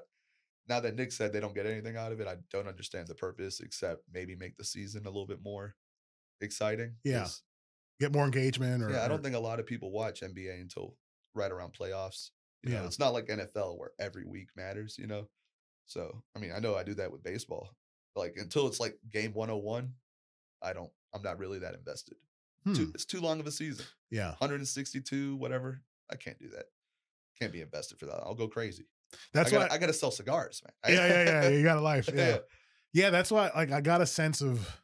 B: now that Nick said they don't get anything out of it, I don't understand the purpose except maybe make the season a little bit more exciting.
A: Yeah,
B: 'cause-
A: Get more engagement, or
B: yeah. I
A: or-
B: don't think a lot of people watch NBA until right around playoffs. You know,
A: Yeah.
B: it's not like NFL where every week matters. You know, so I mean, I know I do that with baseball. Like until it's like game one hundred and one, I don't. I'm not really that invested. Too,
A: Hmm.
B: it's too long of a season.
A: Yeah,
B: 162, whatever. I can't do that. Can't be invested for that. I'll go crazy.
A: that's
B: I
A: why.
B: gotta, I gotta sell cigars, man. I-
A: yeah, yeah,
B: (laughs)
A: yeah. You got a life. Yeah.
B: Yeah.
A: yeah, that's why like I got a sense of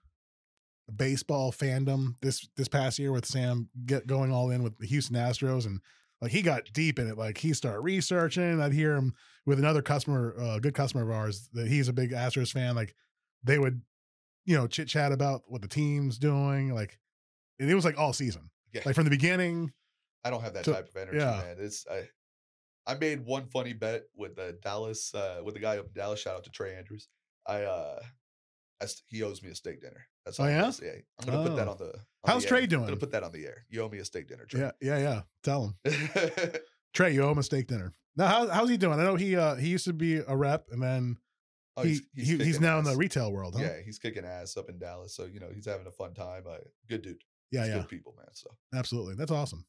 A: baseball fandom this this past year with Sam get going all in with the Houston Astros and like he got deep in it. Like he started researching. I'd hear him with another customer, uh, good customer of ours that he's a big Astros fan. Like they would, you know, chit chat about what the team's doing. Like and it was like all season,
B: Yeah.
A: like from the beginning.
B: I don't have that
A: So-
B: type of energy,
A: yeah.
B: man. It's I, I made one funny bet with the Dallas, uh, with the guy up in Dallas. Shout out to Trey Andrews. I, uh, I st- he owes me a steak dinner. That's
A: Oh,
B: all. it
A: yeah?
B: is. I'm gonna put that
A: Oh.
B: on the. on
A: How's
B: the
A: Trey
B: air. I'm
A: doing?
B: gonna put that on the air. You owe me a steak dinner,
A: Yeah,
B: Trey.
A: yeah, yeah. Tell him.
B: Yeah.
A: Trey, you owe him a steak dinner. Now, how, how's he doing? I know he uh, he used to be a rep, and then
B: (laughs) oh,
A: he, he- he's,
B: kicking
A: now in the
B: ass.
A: retail world, huh?
B: Yeah, he's kicking ass up in Dallas. So you know he's having a fun time. Uh, good dude.
A: Yeah,
B: He's
A: yeah,
B: Good people, man. So
A: absolutely. That's awesome.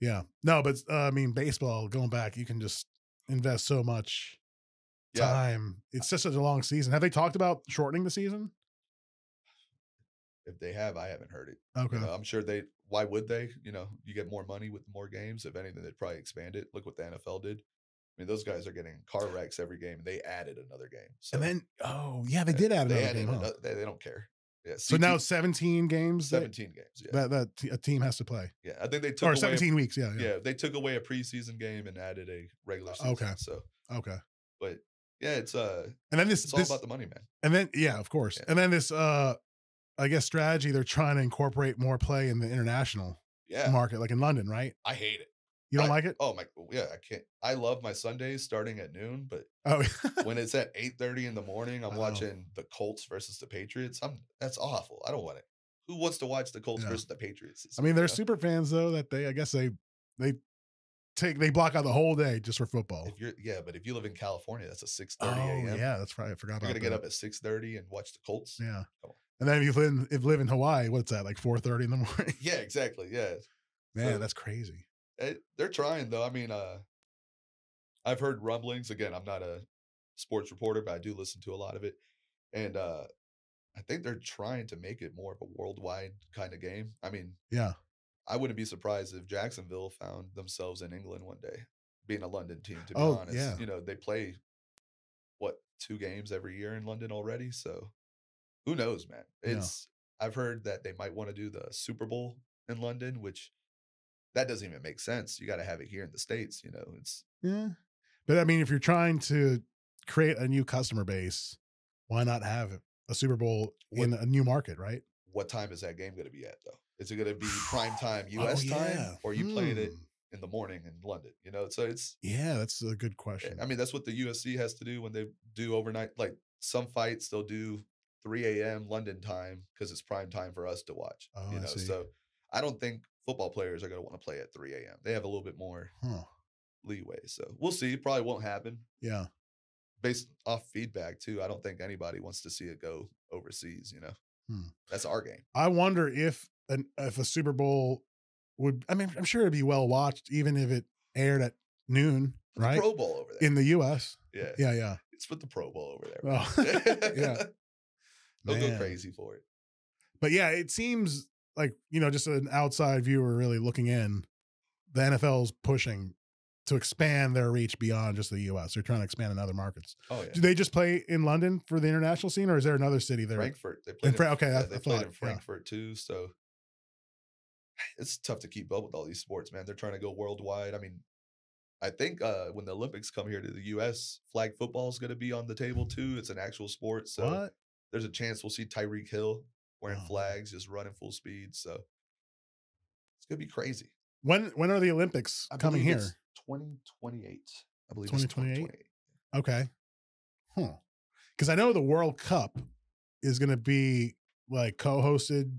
A: Yeah, no, but uh, I mean, baseball going back, you can just invest so much
B: yeah,
A: time. It's just such a long season. Have they talked about shortening the season?
B: if they have, I haven't heard it.
A: Okay,
B: You know, Um, I'm sure they. Why would they? You know, you get more money with more games. If anything, they'd probably expand it. Look what the NFL did. I mean, those guys are getting car wrecks every game. They added another game. So
A: and then oh yeah, they
B: uh,
A: did add another
B: added
A: game. huh?
B: ano- they, they don't care. Yeah.
A: so now
B: CT
A: seventeen games that-
B: 17 games. Yeah.
A: that that t- a team has to play,
B: yeah. I think they took
A: or
B: away a-
A: seventeen weeks. Yeah, yeah, Oh,
B: yeah. They took away a preseason game and added a regular season.
A: Okay.
B: So,
A: okay.
B: but yeah, it's uh,
A: And then this,
B: it's all
A: this
B: about the money, man.
A: and then yeah, of course.
B: Yeah.
A: And then this, uh I guess, strategy they're trying to incorporate more play in the international
B: Yeah.
A: market, like in London, right?
B: I hate it.
A: You don't
B: I-
A: like it?
B: Oh my. Yeah. I can't. I love my Sundays starting at noon, but
A: Oh, (laughs)
B: when it's at 8.30 in the morning i'm
A: I know.
B: watching the colts versus the patriots i'm that's awful i don't want it who wants to watch the colts
A: Yeah.
B: versus the patriots this
A: I mean,
B: week,
A: they're
B: you know?
A: super fans though. That they, I guess they, they take they block out the whole day just for football.
B: if you're yeah but if you live in california that's a 6.30
A: Oh
B: a.m
A: yeah, that's right. I forgot about
B: you're gonna
A: that.
B: get up at 6.30 and watch the colts (laughs)
A: yeah,
B: Come on.
A: and then if you live in, if you live in Hawaii, what's that like four thirty in the (laughs) morning?
B: yeah exactly yeah
A: Man,
B: (laughs) So-
A: that's crazy.
B: Eh, they're trying though i mean uh i've heard rumblings again i'm not a sports reporter but i do listen to a lot of it and uh i think they're trying to make it more of a worldwide kind of game i mean
A: Yeah,
B: I wouldn't be surprised if Jacksonville found themselves in England one day, being a London team. To be
A: Oh,
B: honest,
A: yeah.
B: you know they play what two games every year in London already. So who knows, man?
A: Yeah.
B: It's I've heard that they might want to do the Super Bowl in London, which that doesn't even make sense. You got to have it here in the states. You know, it's
A: yeah. But I mean, if you're trying to create a new customer base, why not have a Super Bowl in
B: What-
A: a new market, right?
B: what time is that game going to be at though? Is it going
A: (sighs)
B: to be prime time U.S.
A: Oh, yeah.
B: time, or you playing it
A: Hmm.
B: in the morning in London? You know, so it's
A: Yeah, that's a good
B: Yeah,
A: question.
B: I mean, that's what the UFC has to do when they do overnight. Like some fights, they'll do 3 a.m. London time because it's prime time for us to watch.
A: Oh, I
B: you know,
A: see.
B: so I don't think football players are going to want to play at 3 a.m. They have a little bit more
A: huh.
B: leeway. So we'll see. It probably won't happen
A: Yeah.
B: based off feedback too. I don't think anybody wants to see it go overseas. You know,
A: Hmm.
B: that's our game.
A: I wonder if an if a Super Bowl would. I mean, I'm sure it'd be well watched, even if it aired at noon,
B: Put the
A: right?
B: Pro Bowl over there.
A: In the U.S.
B: yeah.
A: Yeah, yeah. (laughs)
B: Let's put the Pro Bowl over there.
A: Well, (laughs)
B: (laughs) man.
A: yeah,
B: They'll go
A: man.
B: crazy for it.
A: But yeah, it seems like you know, just an outside viewer really looking in. The NFL's pushing to expand their reach beyond just the U.S. They're trying to expand in other markets.
B: Oh, yeah.
A: Do they just play in London for the international scene, or is there another city there?
B: Frankfurt. They played.
A: Fra-
B: in,
A: okay,
B: yeah,
A: I-
B: they
A: I
B: played
A: thought,
B: in
A: yeah.
B: Frankfurt too. So it's tough to keep up with all these sports, man. They're trying to go worldwide. I mean, I think uh, when the Olympics come here to the U.S., flag football is going to be on the table too. It's an actual sport, so
A: what?
B: there's a chance we'll see Tyreek Hill wearing
A: Oh, man.
B: flags, just running full speed. So it's going to be crazy.
A: When when are the Olympics coming here?
B: believe it's 2028. I believe it's
A: 2028?
B: 2028.
A: Okay. Huh. Because I know the World Cup is going to be like co-hosted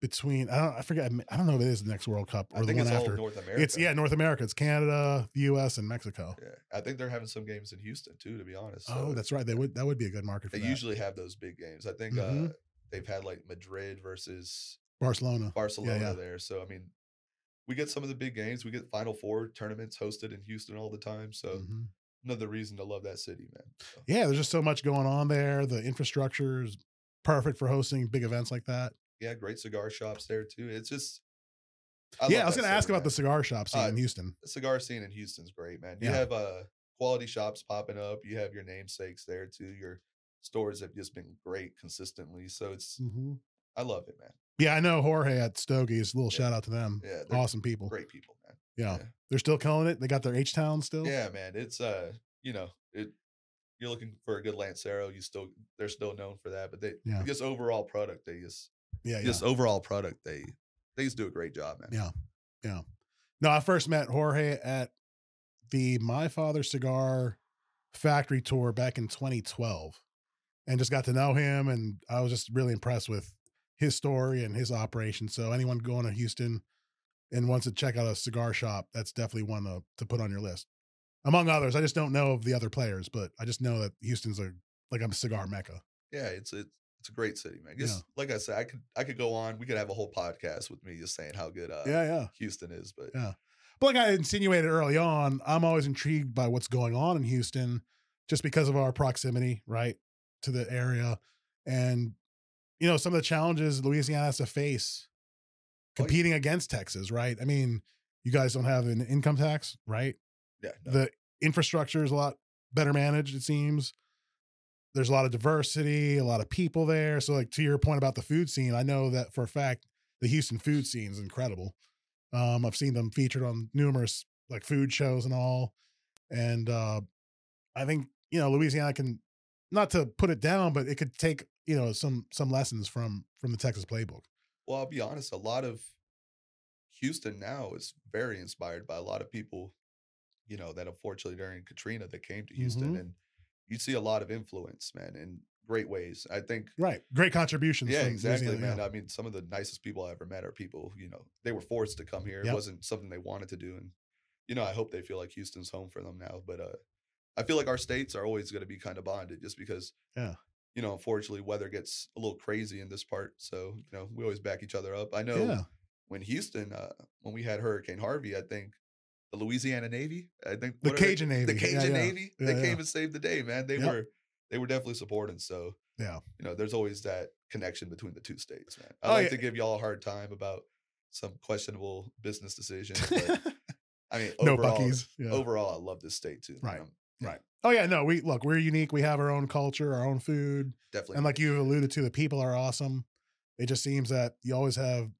A: between I don't I forget I don't know if it is the next World Cup or
B: I
A: the
B: think
A: one
B: it's all
A: after.
B: of North America.
A: It's yeah, North America. It's Canada, the U.S., and Mexico.
B: Yeah. I think they're having some games in Houston too, to be honest.
A: oh,
B: so
A: that's right. They would that would be a good market for
B: uh, they
A: that.
B: usually have those big games. I think uh,
A: Mhm.
B: they've had like Madrid versus
A: Barcelona.
B: Barcelona
A: yeah.
B: there. So I mean, we get some of the big games. We get Final Four tournaments hosted in Houston all the time. So
A: Mhm.
B: another reason to love that city, man. So,
A: Yeah, there's just so much going on there. The infrastructure is perfect for hosting big events like that.
B: yeah, great cigar shops there too. It's just
A: yeah,
B: love
A: I was
B: that
A: going to ask
B: city,
A: about
B: man.
A: the cigar shop scene
B: Uh,
A: in Houston.
B: The cigar scene in Houston's great, man. You
A: Yeah.
B: have uh quality shops popping up. You have your namesakes there too. Your stores have just been great consistently. So
A: Mm.
B: it's I love it, man.
A: Yeah, I know Jorge at Stogie's. Little
B: Yeah.
A: shout out to them.
B: Yeah, they're
A: awesome people.
B: Great people, man.
A: Yeah.
B: yeah.
A: they're still killing it. They got their H Town still.
B: Yeah, man. It's uh, you know, it you're looking for a good Lancero, you still they're still known for that. But they
A: Yeah.
B: just overall product, they just
A: yeah, yeah.
B: just overall product, they they just do a great job, man.
A: Yeah. No, I first met Jorge at the My Father Cigar Factory tour back in 2012 and just got to know him. And I was just really impressed with his story and his operation. So, anyone going to Houston and wants to check out a cigar shop, that's definitely one to, to put on your list. Among others, I just don't know of the other players, but I just know that Houston's a like I'm a cigar mecca.
B: Yeah, it's it's it's a great city, man.
A: Yeah.
B: Just like I said, I could I could go on. We could have a whole podcast with me just saying how good uh
A: yeah, yeah.
B: Houston is, but
A: Yeah. But like I insinuated early on, I'm always intrigued by what's going on in Houston just because of our proximity, right, to the area. And, you know, some of the challenges Louisiana has to face
B: Oh, yeah.
A: competing against Texas, right? I mean, you guys don't have an income tax, right?
B: yeah, no,
A: The infrastructure is a lot better managed, it seems. There's a lot of diversity, a lot of people there. So, like to your point about the food scene, I know that for a fact the Houston food scene is incredible. Um, I've seen them featured on numerous like food shows and all. And uh, I think you know Louisiana can, not to put it down, but it could take you know some some lessons from from the Texas playbook.
B: Well, I'll be honest, a lot of Houston now is very inspired by a lot of people, you know, that unfortunately during Katrina that came to Houston
A: Mhm.
B: and you see a lot of influence, man, in great ways. I think
A: Right, great contributions.
B: yeah,
A: from
B: exactly,
A: Louisiana,
B: man.
A: yeah.
B: I mean, some of the nicest people I ever met are people, you know, they were forced to come here.
A: Yep.
B: It wasn't something they wanted to do. And, you know, I hope they feel like Houston's home for them now. But uh I feel like our states are always gonna be kind of bonded just because
A: Yeah.
B: you know, unfortunately weather gets a little crazy in this part. So, you know, we always back each other up. I know
A: yeah,
B: when Houston, uh, when we had Hurricane Harvey, I think the Louisiana Navy, I think
A: The
B: what are they-
A: Cajun Navy.
B: the
A: Yeah,
B: Cajun
A: yeah.
B: Navy, they
A: Yeah, yeah.
B: came and saved the day, man. They
A: Yep.
B: were they were definitely supporting. So
A: Yeah.
B: you know, there's always that connection between the two states, man. I
A: Oh,
B: like
A: yeah.
B: to give y'all a hard time about some questionable business
A: (laughs)
B: decisions. But, I mean,
A: no
B: overall,
A: Buckies. Yeah.
B: Overall, I love this state too. man.
A: Right.
B: I'm
A: Oh yeah, no, we look, we're unique. We have our own culture, our own food.
B: definitely,
A: And like you alluded to, the people are awesome. It just seems that you always have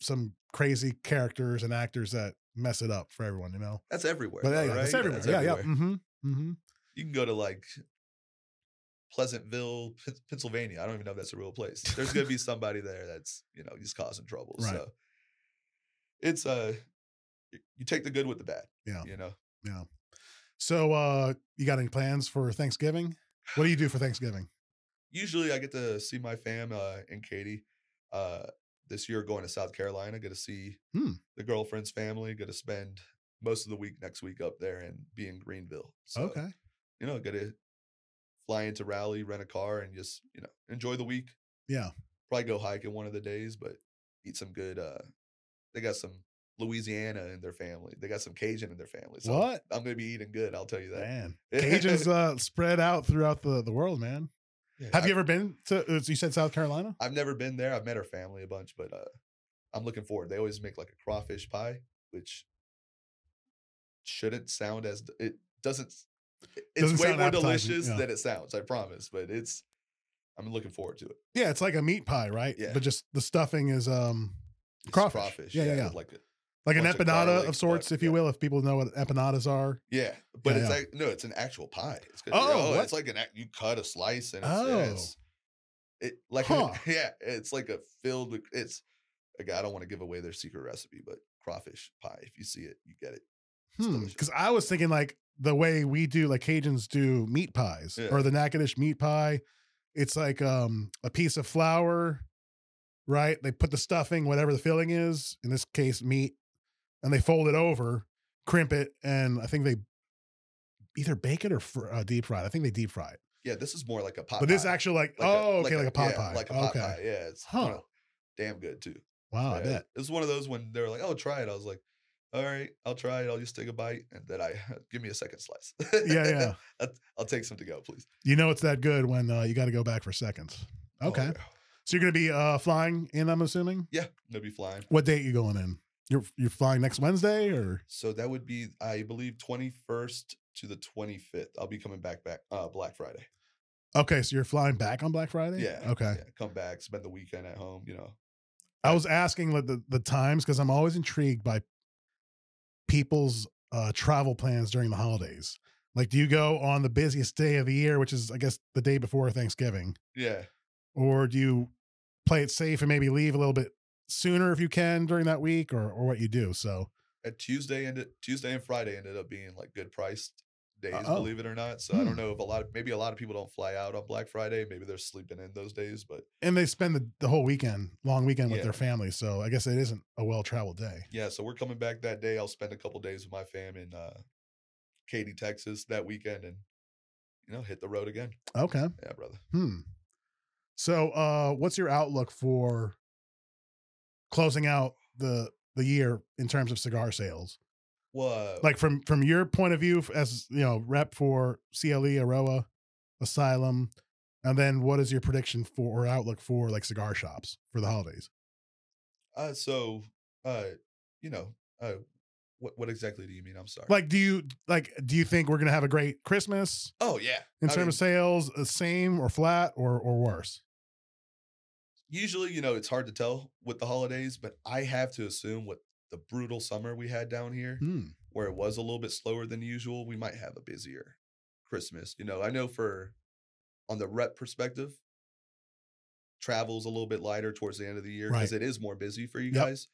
A: some crazy characters and actors that mess it up for everyone, you know?
B: that's everywhere.
A: But yeah,
B: though,
A: yeah, that's
B: right?
A: everywhere. yeah, yeah. Mm-hmm. Mm-hmm.
B: You can go to like Pleasantville, P- Pennsylvania. I don't even know if that's a real place. There's gonna be somebody there that's you know just causing trouble.
A: Right.
B: So it's uh y- you take the good with the bad.
A: Yeah.
B: you know.
A: Yeah. So uh you got any plans for Thanksgiving? What do you do for (sighs) Thanksgiving?
B: Usually I get to see my fam uh, and Katie. Uh, this year going to South Carolina, get to see
A: Hmm.
B: the girlfriend's family. Get to spend most of the week next week up there and be in Greenville. So,
A: okay.
B: you know, get to fly into Raleigh, rent a car, and just you know enjoy the week.
A: Yeah.
B: probably go hiking one of the days, but eat some good. uh They got some Louisiana in their family. They got some Cajun in their family. So I'm-
A: What?
B: I'm, gonna be eating good. I'll tell you that.
A: Man. (laughs)
B: (laughs)
A: Cajuns uh spread out throughout the, the world, man. Have
B: I,
A: you ever been to uh, you said South Carolina?
B: I've never been there. I've met her family a bunch, but uh I'm looking forward. They always make like a crawfish pie, which shouldn't sound as d- it doesn't. s- it- It's
A: Doesn't
B: way
A: sound
B: more
A: appetizing,
B: delicious
A: yeah.
B: than it sounds. I promise, but it's. I'm looking forward to it.
A: Yeah, it's like a meat pie, right?
B: Yeah.
A: But just the stuffing is um
B: It's
A: Crawfish. Yeah, yeah, yeah.
B: with Like a,
A: like an
B: bunch of
A: empanada
B: garlic,
A: of sorts,
B: but-
A: if you
B: yeah.
A: will, if people know what empanadas are.
B: yeah, but
A: Yeah,
B: it's
A: yeah.
B: like no, it's an actual pie. It's good.
A: Oh,
B: Oh,
A: what?
B: it's like an act- you cut a slice and it's, and
A: Oh.
B: it's- it like (laughs) a-
A: Huh.
B: yeah, it's like a filled with it's. Like, I don't want to give away their secret recipe, but crawfish pie. If you see it, you get it. It's delicious.
A: Because Hmm, I was thinking like the way we do, like Cajuns do meat pies
B: Yeah.
A: or the Natchitoches meat pie. It's like um a piece of flour, right? They put the stuffing, whatever the filling is, in this case meat, and they fold it over, crimp it, and I think they either bake it or fr- uh, deep fry it. I think they deep fry it.
B: Yeah, this is more like a pot.
A: but this
B: pie.
A: actual like,
B: Like a-
A: oh okay like a, pot
B: yeah,
A: pie.
B: like a pot
A: okay.
B: pie. Yeah, it's
A: Huh.
B: well, damn good too.
A: Wow, I
B: Yeah,
A: bet.
B: It was one of those when they were like, "Oh, try it." I was like, "All right, I'll try it. I'll just take a bite, and then I (laughs) give me a second slice."
A: Yeah, yeah.
B: I'll, I'll take some to go, please.
A: You know it's that good when uh, you got to go back for seconds.
B: Oh,
A: Okay.
B: yeah.
A: So you're going to be uh, flying in, I'm assuming?
B: yeah, they'll be flying.
A: What date you going in? You're you're flying next Wednesday or
B: So that would be, I believe, twenty first to the twenty fifth. I'll be coming back back uh, Black Friday.
A: okay? So you're flying back on Black Friday?
B: Yeah.
A: Okay.
B: yeah, come back, spend the weekend at home. You know.
A: I was asking like, the the times because I'm always intrigued by people's uh, travel plans during the holidays. Like, do you go on the busiest day of the year, which is I guess the day before Thanksgiving,
B: Yeah.
A: or do you play it safe and maybe leave a little bit sooner if you can during that week, or or what you do? So
B: And Tuesday ended Tuesday and Friday ended up being like good priced days,
A: oh.
B: believe it or not. So I don't know if a lot of maybe a lot of people don't fly out on Black Friday. Maybe they're sleeping in those days, but
A: and they spend the, the whole weekend, long weekend with
B: Yeah.
A: their family. So I guess it isn't a well traveled day.
B: yeah, so we're coming back that day. I'll spend a couple days with my fam in uh Katy, Texas that weekend and you know, hit the road again.
A: Okay.
B: Yeah, brother.
A: Hmm. So, uh, what's your outlook for closing out the the year in terms of cigar sales?
B: Well,
A: Like from from your point of view, f- as you know, rep for CLE, Aroa, Asylum, and then what is your prediction for or outlook for like cigar shops for the holidays?
B: uh so uh you know, uh what what exactly do you mean? I'm sorry.
A: Like, do you like do you think we're gonna have a great Christmas
B: oh yeah.
A: in
B: I
A: terms of
B: mean,
A: sales, uh, same or flat or or worse?
B: usually, you know, it's hard to tell with the holidays, but I have to assume with the brutal summer we had down here.
A: Hmm.
B: where it was a little bit slower than usual, we might have a busier Christmas. You know, I know for on the rep perspective, travel's a little bit lighter towards the end of the year because it is more busy for you
A: Yep.
B: guys.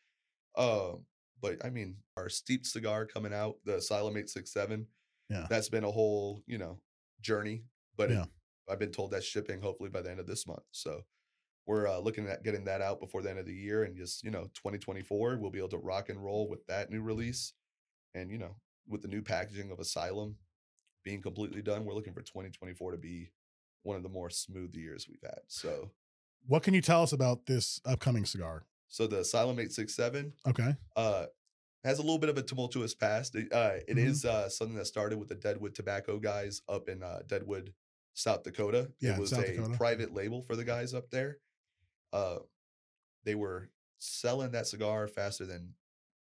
B: Um, but I mean, our steeped cigar coming out, the Asylum 867,
A: Yeah.
B: that's been a whole, you know, journey. But it-
A: Yeah.
B: I've been told that's shipping hopefully by the end of this month. So we're uh, looking at getting that out before the end of the year and just, you know, 2024, we'll be able to rock and roll with that new release and you know with the new packaging of asylum being completely done we're looking for 2024 to be one of the more smooth years we've had so
A: What can you tell us about this upcoming cigar?
B: so the asylum 867
A: Okay.
B: uh has a little bit of a tumultuous past it, uh, it
A: Mhm.
B: is uh, something that started with the deadwood tobacco guys up in uh, deadwood south dakota
A: Yeah,
B: it was
A: South
B: a
A: Dakota.
B: private label for the guys up there uh, they were selling that cigar faster than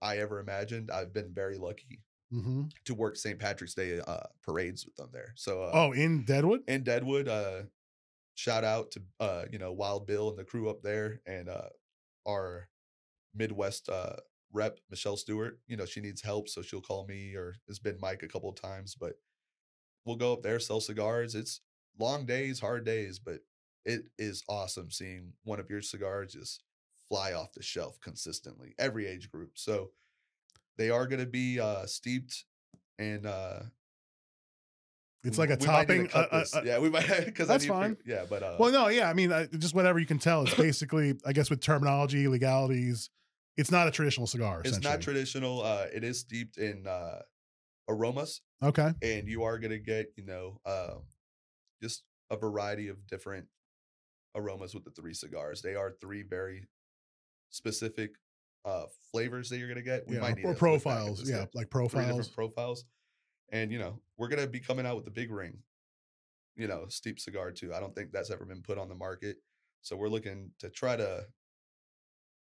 B: i ever imagined i've been very lucky
A: hmm
B: to work St. Patrick's Day uh, parades with them there. So uh,
A: Oh, in Deadwood.
B: in Deadwood, uh, shout out to uh, you know Wild Bill and the crew up there, and uh, our Midwest uh, rep Michelle Stewart. You know she needs help, so she'll call me or it's been Mike a couple of times, but we'll go up there sell cigars. It's long days, hard days, but it is awesome seeing one of your cigars just fly off the shelf consistently, every age group. So they are going to be uh, steeped and uh,
A: It's like a
B: we might need
A: topping.
B: to cut
A: a- a-
B: this.
A: a-
B: yeah, we might (laughs) because
A: that's fine.
B: yeah, but uh,
A: Well, no, yeah. I mean, I, just whatever you can tell. It's basically, I guess, with terminology, legalities. It's not a traditional cigar.
B: it's not
A: essentially.
B: traditional. Uh, it is steeped in uh, aromas,
A: Okay.
B: and you are gonna get you know um, just a variety of different aromas with the three cigars. They are three very specific uh, flavors that you're gonna get. We
A: yeah.
B: might need
A: or
B: to look back at
A: profiles.
B: this,
A: Yeah, like
B: three
A: profiles.
B: different profiles, and you know we're gonna be coming out with the big ring. You know, steep cigar too. I don't think that's ever been put on the market, so we're looking to try to,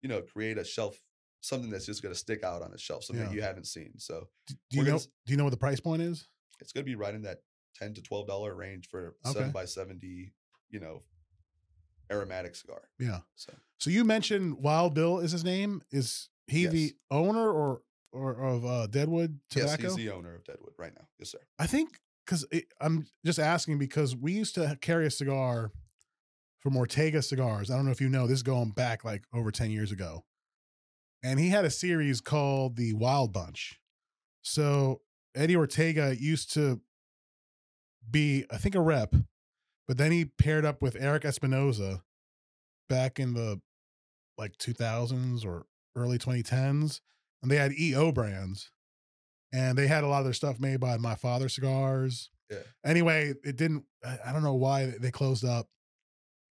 B: you know, create a shelf something that's just gonna stick out on the shelf, something
A: Yeah.
B: you haven't seen. So
A: Do, do you
B: we're
A: know?
B: gonna
A: Do
B: s-
A: you know what the price point is?
B: it's gonna be right in that ten to twelve dollar range for
A: Okay.
B: seven by seventy. You know, aromatic cigar.
A: Yeah.
B: So
A: So you mentioned Wild Bill is his name. Is he
B: Yes.
A: the owner or or of uh, Deadwood Tobacco?
B: yes, he's the owner of Deadwood right now. Yes, sir.
A: I think because I'm just asking because we used to carry a cigar from Ortega Cigars. I don't know if you know this is going back like over 10 years ago. And he had a series called the Wild Bunch. So Eddie Ortega used to be, I think, a rep, but then he paired up with Eric Espinoza back in the like 2000s or early 2010s. And they had EO brands and they had a lot of their stuff made by my father cigars.
B: Yeah.
A: Anyway, it didn't. I I don't know why they- they closed up.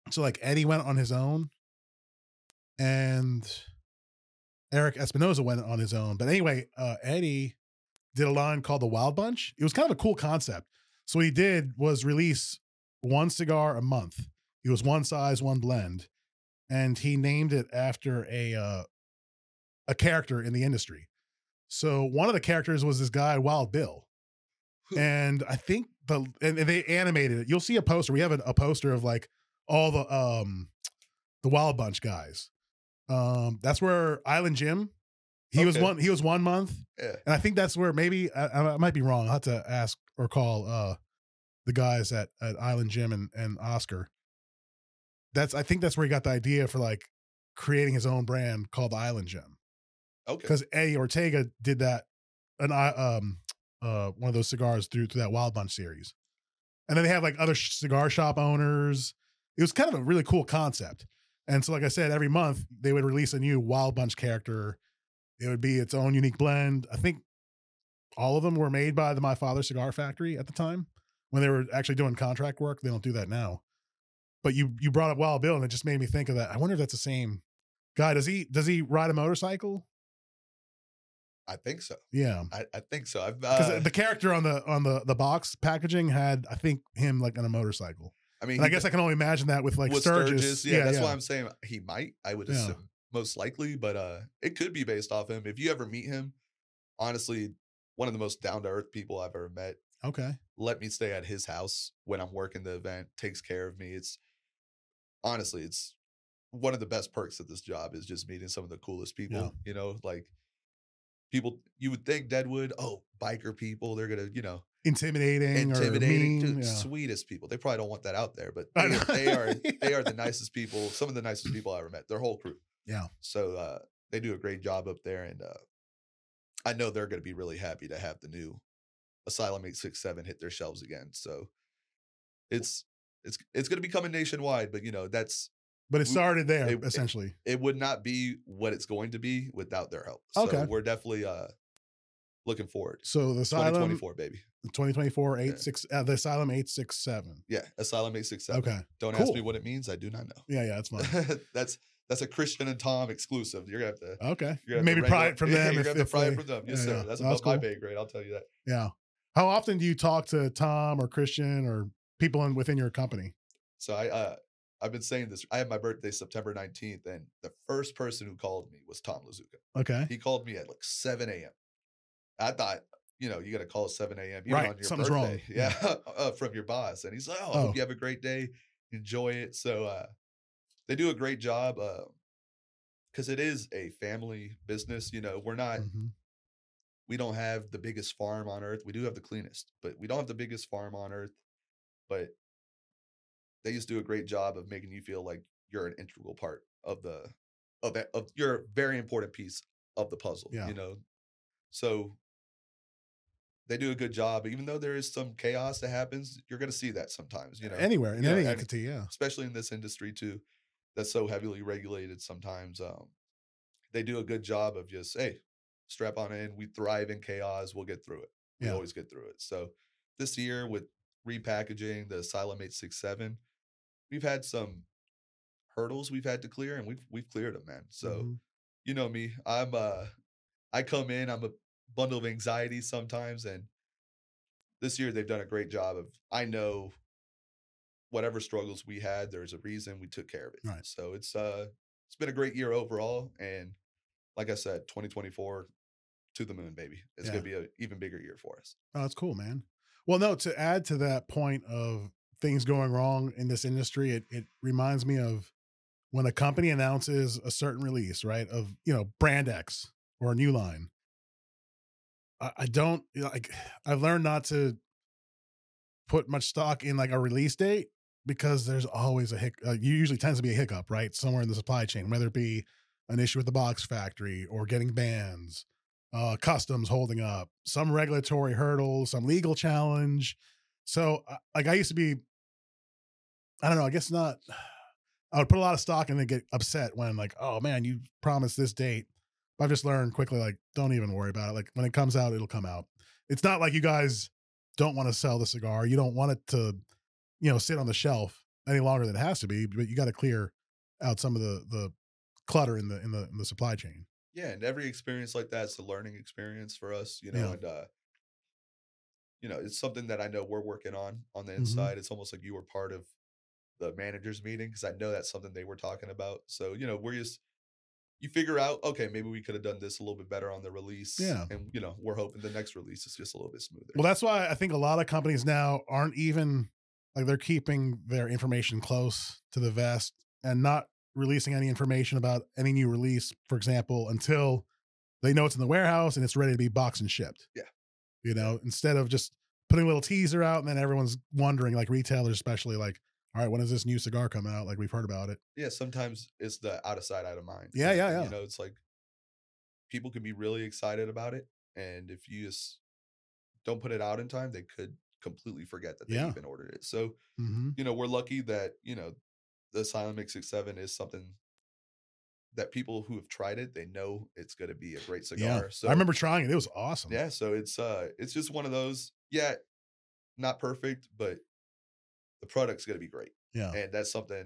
A: So like Eddie went on his own, and Eric Espinoza went on his own. But anyway, uh, Eddie did a line called the Wild Bunch. It was kind of a cool concept. So what he did was release one cigar a month. It was one size, one blend, and he named it after a uh, a character in the industry. So one of the characters was this guy, Wild Bill. And I think the and and they animated it. You'll see a poster. We have a, a poster of like all the um the Wild Bunch guys. Um that's where Island Jim. He was
B: Okay.
A: one he was one month.
B: Yeah.
A: And I think that's where maybe I, I- I might be wrong. I'll have to ask or call uh the guys at, at Island Jim and, and Oscar. That's I think that's where he got the idea for like creating his own brand called Island Jim
B: Okay.
A: because Eddie Ortega did that, an I- um, uh, one of those cigars through through that Wild Bunch series, and then they have like other sh- cigar shop owners. It was kind of a really cool concept, and so like I said, every month they would release a new Wild Bunch character. It would be its own unique blend. I think all of them were made by the My Father Cigar Factory at the time when they were actually doing contract work. They don't do that now. But you you brought up Wild Bill, and it just made me think of that. I wonder if that's the same guy. Does he does he ride a motorcycle?
B: I think so.
A: Yeah,
B: I, I think so. I've,
A: because
B: uh,
A: the character on the on the the box packaging had, I think, him like on a motorcycle.
B: I mean,
A: And I
B: he-
A: guess I can only imagine that with like
B: with
A: Sturgis.
B: Yeah, that's why I'm saying he might. I would
A: Yeah.
B: assume most likely, but uh, it could be based off him. If you ever meet him, honestly, one of the most down to earth people I've ever met.
A: okay.
B: Let me stay at his house when I'm working the event. Takes care of me. It's honestly, it's one of the best perks of this job is just meeting some of the coolest people.
A: Yeah.
B: You know, like people you would think Deadwood, oh, biker people, they're gonna, you know,
A: Intimidating,
B: intimidating,
A: or mean.
B: dude,
A: yeah.
B: sweetest people. They probably don't want that out there, but
A: I
B: they,
A: know. (laughs)
B: they are they are the nicest people. Some of the nicest people I ever met. Their whole crew.
A: Yeah.
B: So uh, they do a great job up there, and uh, I know they're going to be really happy to have the new Asylum Eight Six Seven hit their shelves again. So it's it's it's going to be coming nationwide, but you know that's
A: But it started there
B: It- it-
A: essentially.
B: it would not be what it's going to be without their help.
A: Okay.
B: So we're definitely uh, looking forward.
A: so the
B: Twenty twenty
A: asylum
B: four, baby.
A: 2024 eight
B: Yeah.
A: six uh, the asylum eight six seven.
B: Yeah, Asylum Eight Six Seven.
A: Okay.
B: Don't ask me
A: Cool.
B: what it means. I do not know.
A: Yeah, yeah, that's
B: (laughs)
A: fine.
B: that's that's a Christian and Tom exclusive. You're gonna have to
A: Okay.
B: you're gonna have to
A: Maybe
B: wrangle
A: pry
B: it-
A: it
B: (laughs)
A: from them.
B: you're
A: if,
B: gonna have to
A: if
B: pry
A: they-
B: it from them. Yes,
A: yeah,
B: sir.
A: yeah.
B: That's
A: No,
B: above
A: that's
B: my
A: cool.
B: pay grade. I'll tell you that.
A: Yeah. How often do you talk to Tom or Christian or people in, within your company?
B: So I uh, I've been saying this. I had my birthday September 19th, and the first person who called me was Tom Lazuka.
A: Okay.
B: He called me at like 7 a.m. I thought, you know, you got to call at 7 a.m. even
A: Right,
B: on your
A: something's wrong,
B: birthday. (laughs) Yeah, uh, from your boss, and he's like, oh, I
A: Oh.
B: hope you have a great day, enjoy it. So uh, they do a great job. because it is a family business, you know, we're not
A: Mhm.
B: we don't have the biggest farm on earth. We do have the cleanest, but we don't have the biggest farm on earth. But they just do a great job of making you feel like you're an integral part of the of that of you're a very important piece of the puzzle.
A: Yeah.
B: You know, so they do a good job. Even though there is some chaos that happens, you're going to see that sometimes. You know,
A: Anywhere in
B: yeah,
A: any
B: any-
A: entity, yeah.
B: especially in this industry too, that's so heavily regulated sometimes. Um, they do a good job of just, hey, strap on in. We thrive in chaos. We'll get through it. We
A: Yeah.
B: always get through it. So this year with repackaging the Asylum 867, we've had some hurdles we've had to clear and we've we've cleared them, man. So
A: Mhm.
B: you know me, I'm uh I come in, I'm a bundle of anxiety sometimes and this year they've done a great job of I know whatever struggles we had, there's a reason we took care of it.
A: Right.
B: So it's uh it's been a great year overall and like I said, 2024 to the moon, baby. It's
A: Yeah.
B: gonna be an even bigger year for us.
A: Oh, that's cool, man. Well, no, to add to that point of things going wrong in this industry, it it reminds me of when a company announces a certain release, right? Of you know, brand X or a new line. I, I don't you know, like. (sighs) I've learned not to put much stock in like a release date because there's always a hic. Uh, usually tends to be a hiccup, right? Somewhere in the supply chain, whether it be an issue with the box factory or getting bans, uh, customs holding up, some regulatory hurdle, some legal challenge. So, uh, like, I used to be, I don't know, I guess not. I would put a lot of stock and then get upset when, like, oh man, you promised this date. But I've just learned quickly, like, don't even worry about it. Like, when it comes out, it'll come out. It's not like you guys don't want to sell the cigar. You don't want it to, you know, sit on the shelf any longer than it has to be, but you got to clear out some of the, the, clutter in the in the in the supply chain.
B: yeah and every experience like that's a learning experience for us you know
A: Yeah.
B: and uh you know it's something that i know we're working on on the
A: Mhm.
B: inside it's almost like you were part of the managers meeting because i know that's something they were talking about so you know we're just you figure out okay maybe we could have done this a little bit better on the release
A: Yeah.
B: and you know we're hoping the next release is just a little bit smoother
A: Well, that's why I think a lot of companies now aren't even like they're keeping their information close to the vest and not releasing any information about any new release, for example, until they know it's in the warehouse and it's ready to be boxed and shipped.
B: Yeah.
A: You know, instead of just putting a little teaser out and then everyone's wondering, like retailers especially, like, all right, when is this new cigar coming out? Like we've heard about it.
B: yeah, sometimes it's the out of sight, out of mind.
A: Yeah,
B: thing,
A: yeah, yeah.
B: You know, it's like people can be really excited about it, and if you just don't put it out in time, they could completely forget that they
A: Yeah.
B: even ordered it. So
A: Mm-hmm.
B: you know, we're lucky that you know the Silent Mix Six Seven is something that people who have tried it they know it's going to be a great cigar.
A: Yeah.
B: So
A: I remember trying it. It was awesome.
B: yeah, so it's uh, it's just one of those. Yeah, not perfect, but the product's going to be great
A: Yeah.
B: and that's something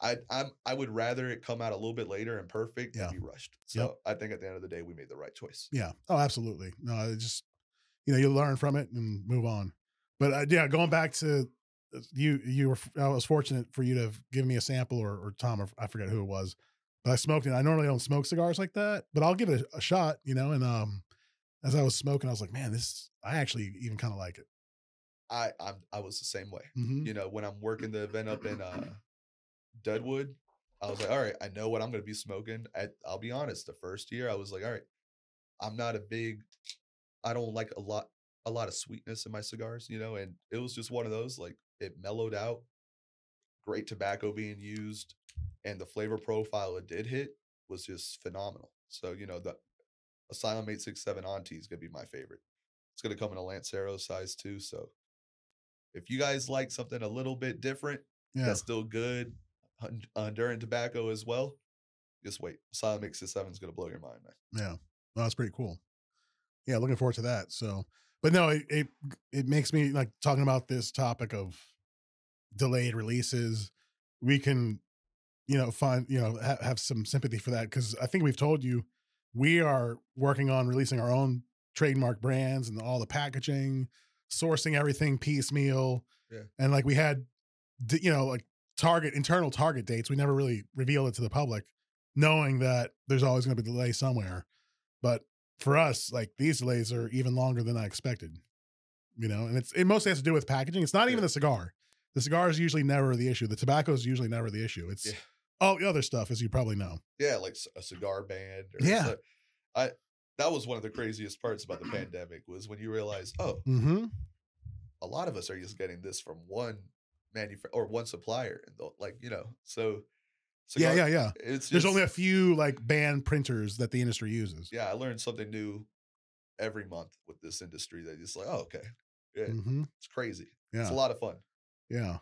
B: I I'm I would rather it come out a little bit later and perfect
A: Yeah.
B: than be rushed. So I think at the end of the day we made the right choice.
A: Yeah. Oh, absolutely. No, it just you know you learn from it and move on. But uh, yeah, going back to uh, you, you were f- I was fortunate for you to have given me a sample or, or Tom, or I forget who it was, but I smoked it. I normally don't smoke cigars like that, but I'll give it a, a shot, you know. And um, as I was smoking, I was like, man, this I actually even kind of like it.
B: I I'm, I was the same way.
A: hmm
B: You know, when I'm working the event up in uh Deadwood, I was like, all right, I know what I'm going to be smoking. I, I'll be honest, the first year I was like, all right, I'm not a big I don't like a lot a lot of sweetness in my cigars, you know, and it was just one of those like it mellowed out. Great tobacco being used and the flavor profile it did hit was just phenomenal. So, you know, the Asylum 867 Auntie is going to be my favorite. It's going to come in a Lancero size too, so if you guys like something a little bit different,
A: Yeah.
B: that's still good. Hon- Honduran tobacco as well. Just wait. Silent Mix 7 is going to blow your mind, man.
A: Yeah. Well, that's pretty cool. Yeah, looking forward to that. So, but no, it, it it makes me like talking about this topic of delayed releases. We can, you know, find you know ha- have some sympathy for that because I think we've told you we are working on releasing our own trademark brands and all the packaging, sourcing everything piecemeal,
B: Yeah.
A: and like we had, d- you know, like target internal target dates. We never really revealed it to the public, knowing that there's always going to be a delay somewhere but for us like these delays are even longer than i expected you know and it's it mostly has to do with packaging it's not even
B: Yeah.
A: the cigar the cigar is usually never the issue the tobacco is usually never the issue it's
B: Yeah.
A: all the other stuff as you probably know
B: Yeah, like c- a cigar band. Or
A: Yeah.
B: so- I that was one of the craziest parts about the pandemic was when you realize, oh,
A: mm-hmm
B: a lot of us are just getting this from one manufacturer or one supplier, and they'll- like you know, so
A: yeah yeah yeah
B: It's just,
A: there's only a few like band printers that the industry uses
B: yeah. I learned something new every month with this industry. That it's like, oh, okay, yeah,
A: mm-hmm.
B: it's crazy.
A: yeah
B: It's a lot of fun.
A: Yeah.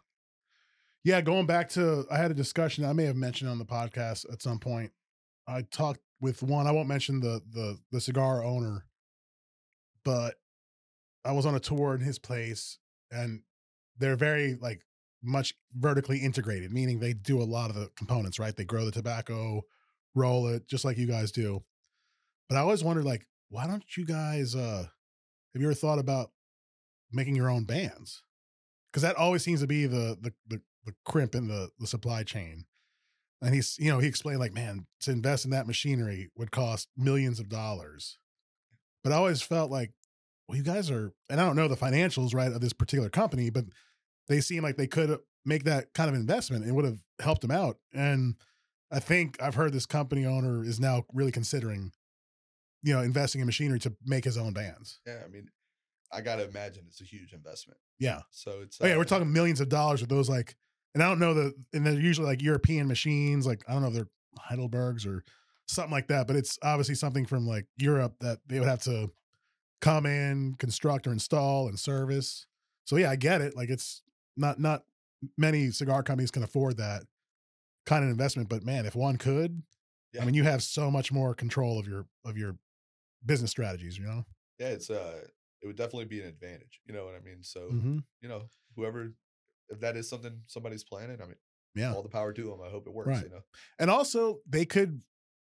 A: Yeah, going back to I had a discussion I may have mentioned on the podcast at some point. I talked with one, I won't mention the the the cigar owner, but I was on a tour in his place and they're very like much vertically integrated, meaning they do a lot of the components, right? They grow the tobacco, roll it, just like you guys do. But I always wondered like, why don't you guys uh have you ever thought about making your own bands? because that always seems to be the the the, the crimp in the, the supply chain. And he's you know he explained like man to invest in that machinery would cost millions of dollars, but I always felt like well you guys are and I don't know the financials right of this particular company, but they seem like they could make that kind of investment. It would have helped them out. And I think I've heard this company owner is now really considering, you know, investing in machinery to make his own bands.
B: Yeah, I mean, I gotta imagine it's a huge investment.
A: Yeah.
B: So it's
A: Oh yeah,
B: uh,
A: we're talking millions of dollars with those like, and I don't know the, and they're usually like European machines. Like I don't know if they're Heidelbergs or something like that, but it's obviously something from like Europe that they would have to come in, construct or install and service. So yeah, I get it. Like it's not not many cigar companies can afford that kind of investment, but man, if one could,
B: Yeah.
A: I mean, you have so much more control of your of your business strategies. You know.
B: Yeah, it's uh, it would definitely be an advantage. You know what I mean? So
A: Mm-hmm.
B: you know, whoever, if that is something somebody's planning, I mean,
A: Yeah.
B: all the power to them. I hope it works.
A: Right.
B: You know,
A: And also, they could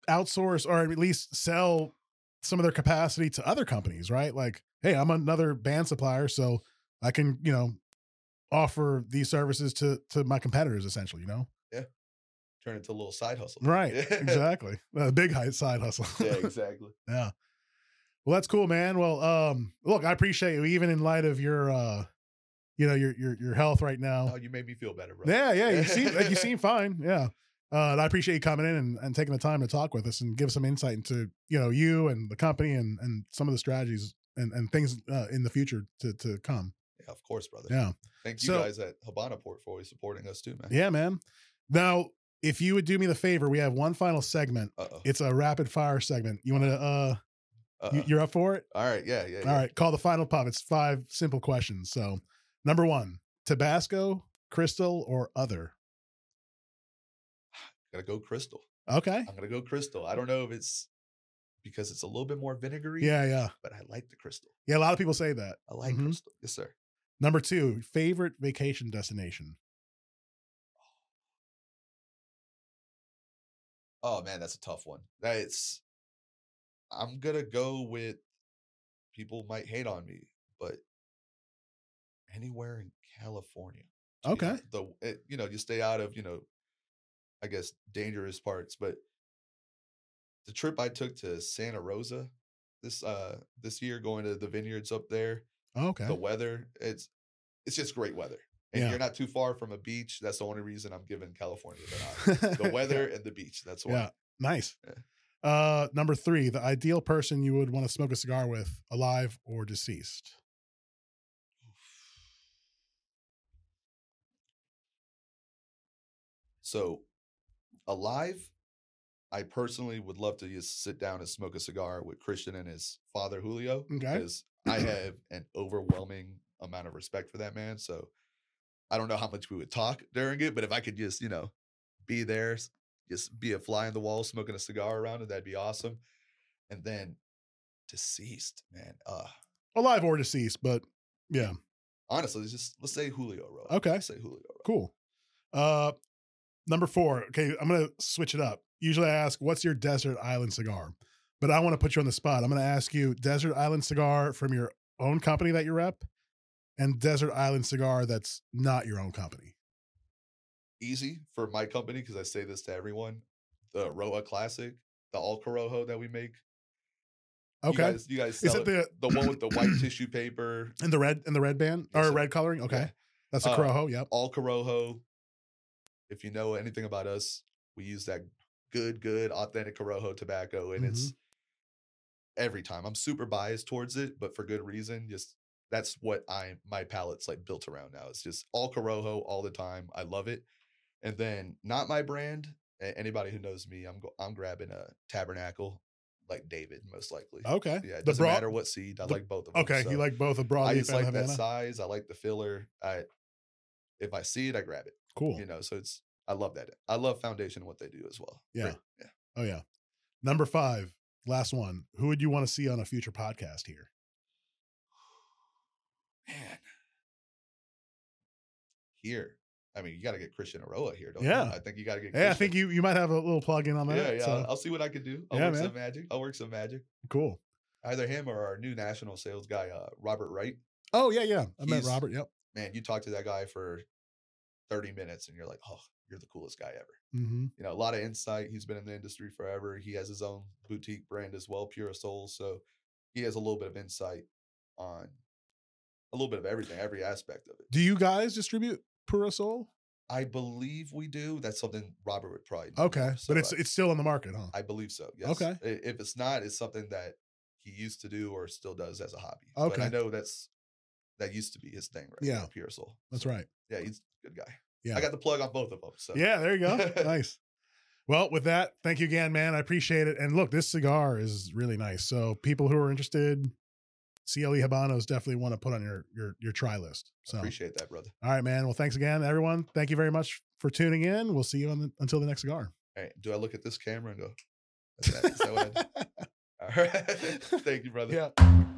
A: outsource or at least sell some of their capacity to other companies, right? Like, hey, I'm another band supplier, so I can, you know, offer these services to to my competitors, essentially. You know,
B: turn it to a little side hustle. (laughs)
A: right?
B: Yeah.
A: (laughs) Exactly. A big hi- side hustle.
B: yeah, exactly.
A: yeah. (laughs) Well, that's cool, man. Well, um, look, I appreciate you, even in light of your, uh, you know, your your your health right now.
B: Oh, you made me feel better, bro.
A: Yeah, yeah. You seem
B: (laughs)
A: like you seem fine. Yeah. Uh, and I appreciate you coming in and, and taking the time to talk with us and give some insight into, you know, you and the company and, and some of the strategies and, and things uh, in the future to, to come.
B: Yeah, of course, brother.
A: Yeah.
B: Thank you
A: So-
B: guys at Habana Port for always supporting us too, man.
A: Yeah, man. Now, if you would do me the favor, we have one final segment.
B: Uh-oh.
A: It's a rapid fire segment. You want to, uh,
B: Uh-oh.
A: you, you're up for it?
B: All right. Yeah. Uh-uh. Yeah. yeah.
A: All right. Call the final pop. It's five simple questions. So number one, Tabasco, crystal or other.
B: Gotta go crystal.
A: Okay.
B: I'm gonna go crystal. I don't know if it's because it's a little bit more vinegary.
A: Yeah. Yeah.
B: But I like the crystal.
A: Yeah. A lot of people say that.
B: I like
A: Mhm.
B: crystal. Yes, sir.
A: Number two, favorite vacation destination.
B: Oh man, that's a tough one. That's I'm gonna go with people might hate on me, but anywhere in California. to be
A: Okay.
B: hon- The it, you know you stay out of you know, I guess dangerous parts, but the trip I took to Santa Rosa this uh this year, going to the vineyards up there,
A: Oh, Okay.
B: the weather it's it's just great weather, and
A: Yeah.
B: you're not too far from a beach. That's the only reason I'm giving California the nod.
A: (laughs)
B: The weather and the beach. That's why.
A: Yeah. Nice. Uh, number three, the ideal person you would want to smoke a cigar with, alive or deceased.
B: So, alive, I personally would love to just sit down and smoke a cigar with Christian and his father Julio
A: Okay.
B: because I have an overwhelming amount of respect for that man. So, I don't know how much we would talk during it, but if I could just, you know, be there, s- just be a fly on the wall smoking a cigar around it, that'd be awesome. And then deceased, man. Uh
A: Alive or deceased, but yeah,
B: honestly, just let's say Julio Roa.
A: Okay.
B: Let's say Julio Roa.
A: cool. Uh, number four. Okay, I'm gonna switch it up. Usually I ask, "What's your desert island cigar?" But I want to put you on the spot. I'm gonna ask you desert island cigar from your own company that you rep, and desert island cigar that's not your own company.
B: easy for my company because I say this to everyone. The Roa Classic, the Al Corojo that we make. You
A: Okay,
B: guys, you guys
A: is
B: sell
A: it
B: it.
A: the
B: the one with the white tissue paper.
A: And the red and the red band
B: Yes,
A: or
B: sir.
A: red coloring. Okay.
B: Yeah.
A: That's a
B: Uh,
A: Corojo. Yep.
B: Al Corojo. If you know anything about us, we use that good, good, authentic Corojo tobacco,
A: Mm-hmm.
B: and it's every time. I'm super biased towards it, but for good reason. Just that's what I my palate's like built around now. It's just all Corojo all the time. I love it. And then not my brand. a- Anybody who knows me, I'm go- I'm grabbing a Tabernacle, like David most likely.
A: Okay.
B: Yeah,
A: Oh,
B: it
A: the
B: doesn't
A: broad.
B: matter what seed. I
A: the-
B: like both of them.
A: Okay.
B: so
A: You like both a broad
B: I
A: leaf
B: just
A: and a
B: like that
A: Havana.
B: size. I like the filler. I if I see it, I grab it.
A: cool.
B: You know, so it's I love that. I love Foundation and what they do as well.
A: Yeah.
B: Great.
A: Oh yeah. Number five. Last one. Who would you want to see on a future podcast here?
B: man, here. I mean, you got to get Christian Aroa here, don't
A: Yeah.
B: you? I think you got to get.
A: Yeah, I think
B: Christian.
A: you you might have a little plug in on that.
B: Yeah, yeah.
A: so,
B: I'll- I'll see what I can do. I'll
A: Yeah,
B: work
A: man.
B: some magic. I'll work some magic.
A: cool.
B: Either him or our new national sales guy, uh, Robert Wright.
A: Oh yeah, yeah. I met
B: He's-
A: Robert. Yep.
B: Man, you talk to that guy for thirty minutes, and you're like, oh, you're the coolest guy ever.
A: Mm-hmm.
B: You know, a lot of insight. He's been in the industry forever. He has his own boutique brand as well, Pure Soul. So he has a little bit of insight on a little bit of everything, every aspect of it.
A: Do you guys distribute Pura Soul?
B: I believe we do. That's something Robert would probably know.
A: Okay,
B: So
A: but it's
B: I-
A: it's still on the market, huh?
B: I believe so. Yes.
A: Okay.
B: I- If it's not, it's something that he used to do or still does as a hobby. But I
A: Okay.
B: know that's that used to be his thing, right?
A: Yeah.
B: now, Pure Soul.
A: That's right.
B: Yeah, he's a good guy.
A: Yeah.
B: I got the plug on both of them. So
A: Yeah, there you go. nice. Well, with that, thank you again, man. I appreciate it. And look, this cigar is really nice. So people who are interested, CLE Habanos definitely want to put on your your your try list. So
B: appreciate that, brother.
A: all right, man. Well, thanks again, everyone. Thank you very much for tuning in. We'll see you on the, until the next cigar.
B: All right. Do I look at this camera and go, "That's that- is that what I do?" All right. (laughs) Thank you, brother.
A: yeah.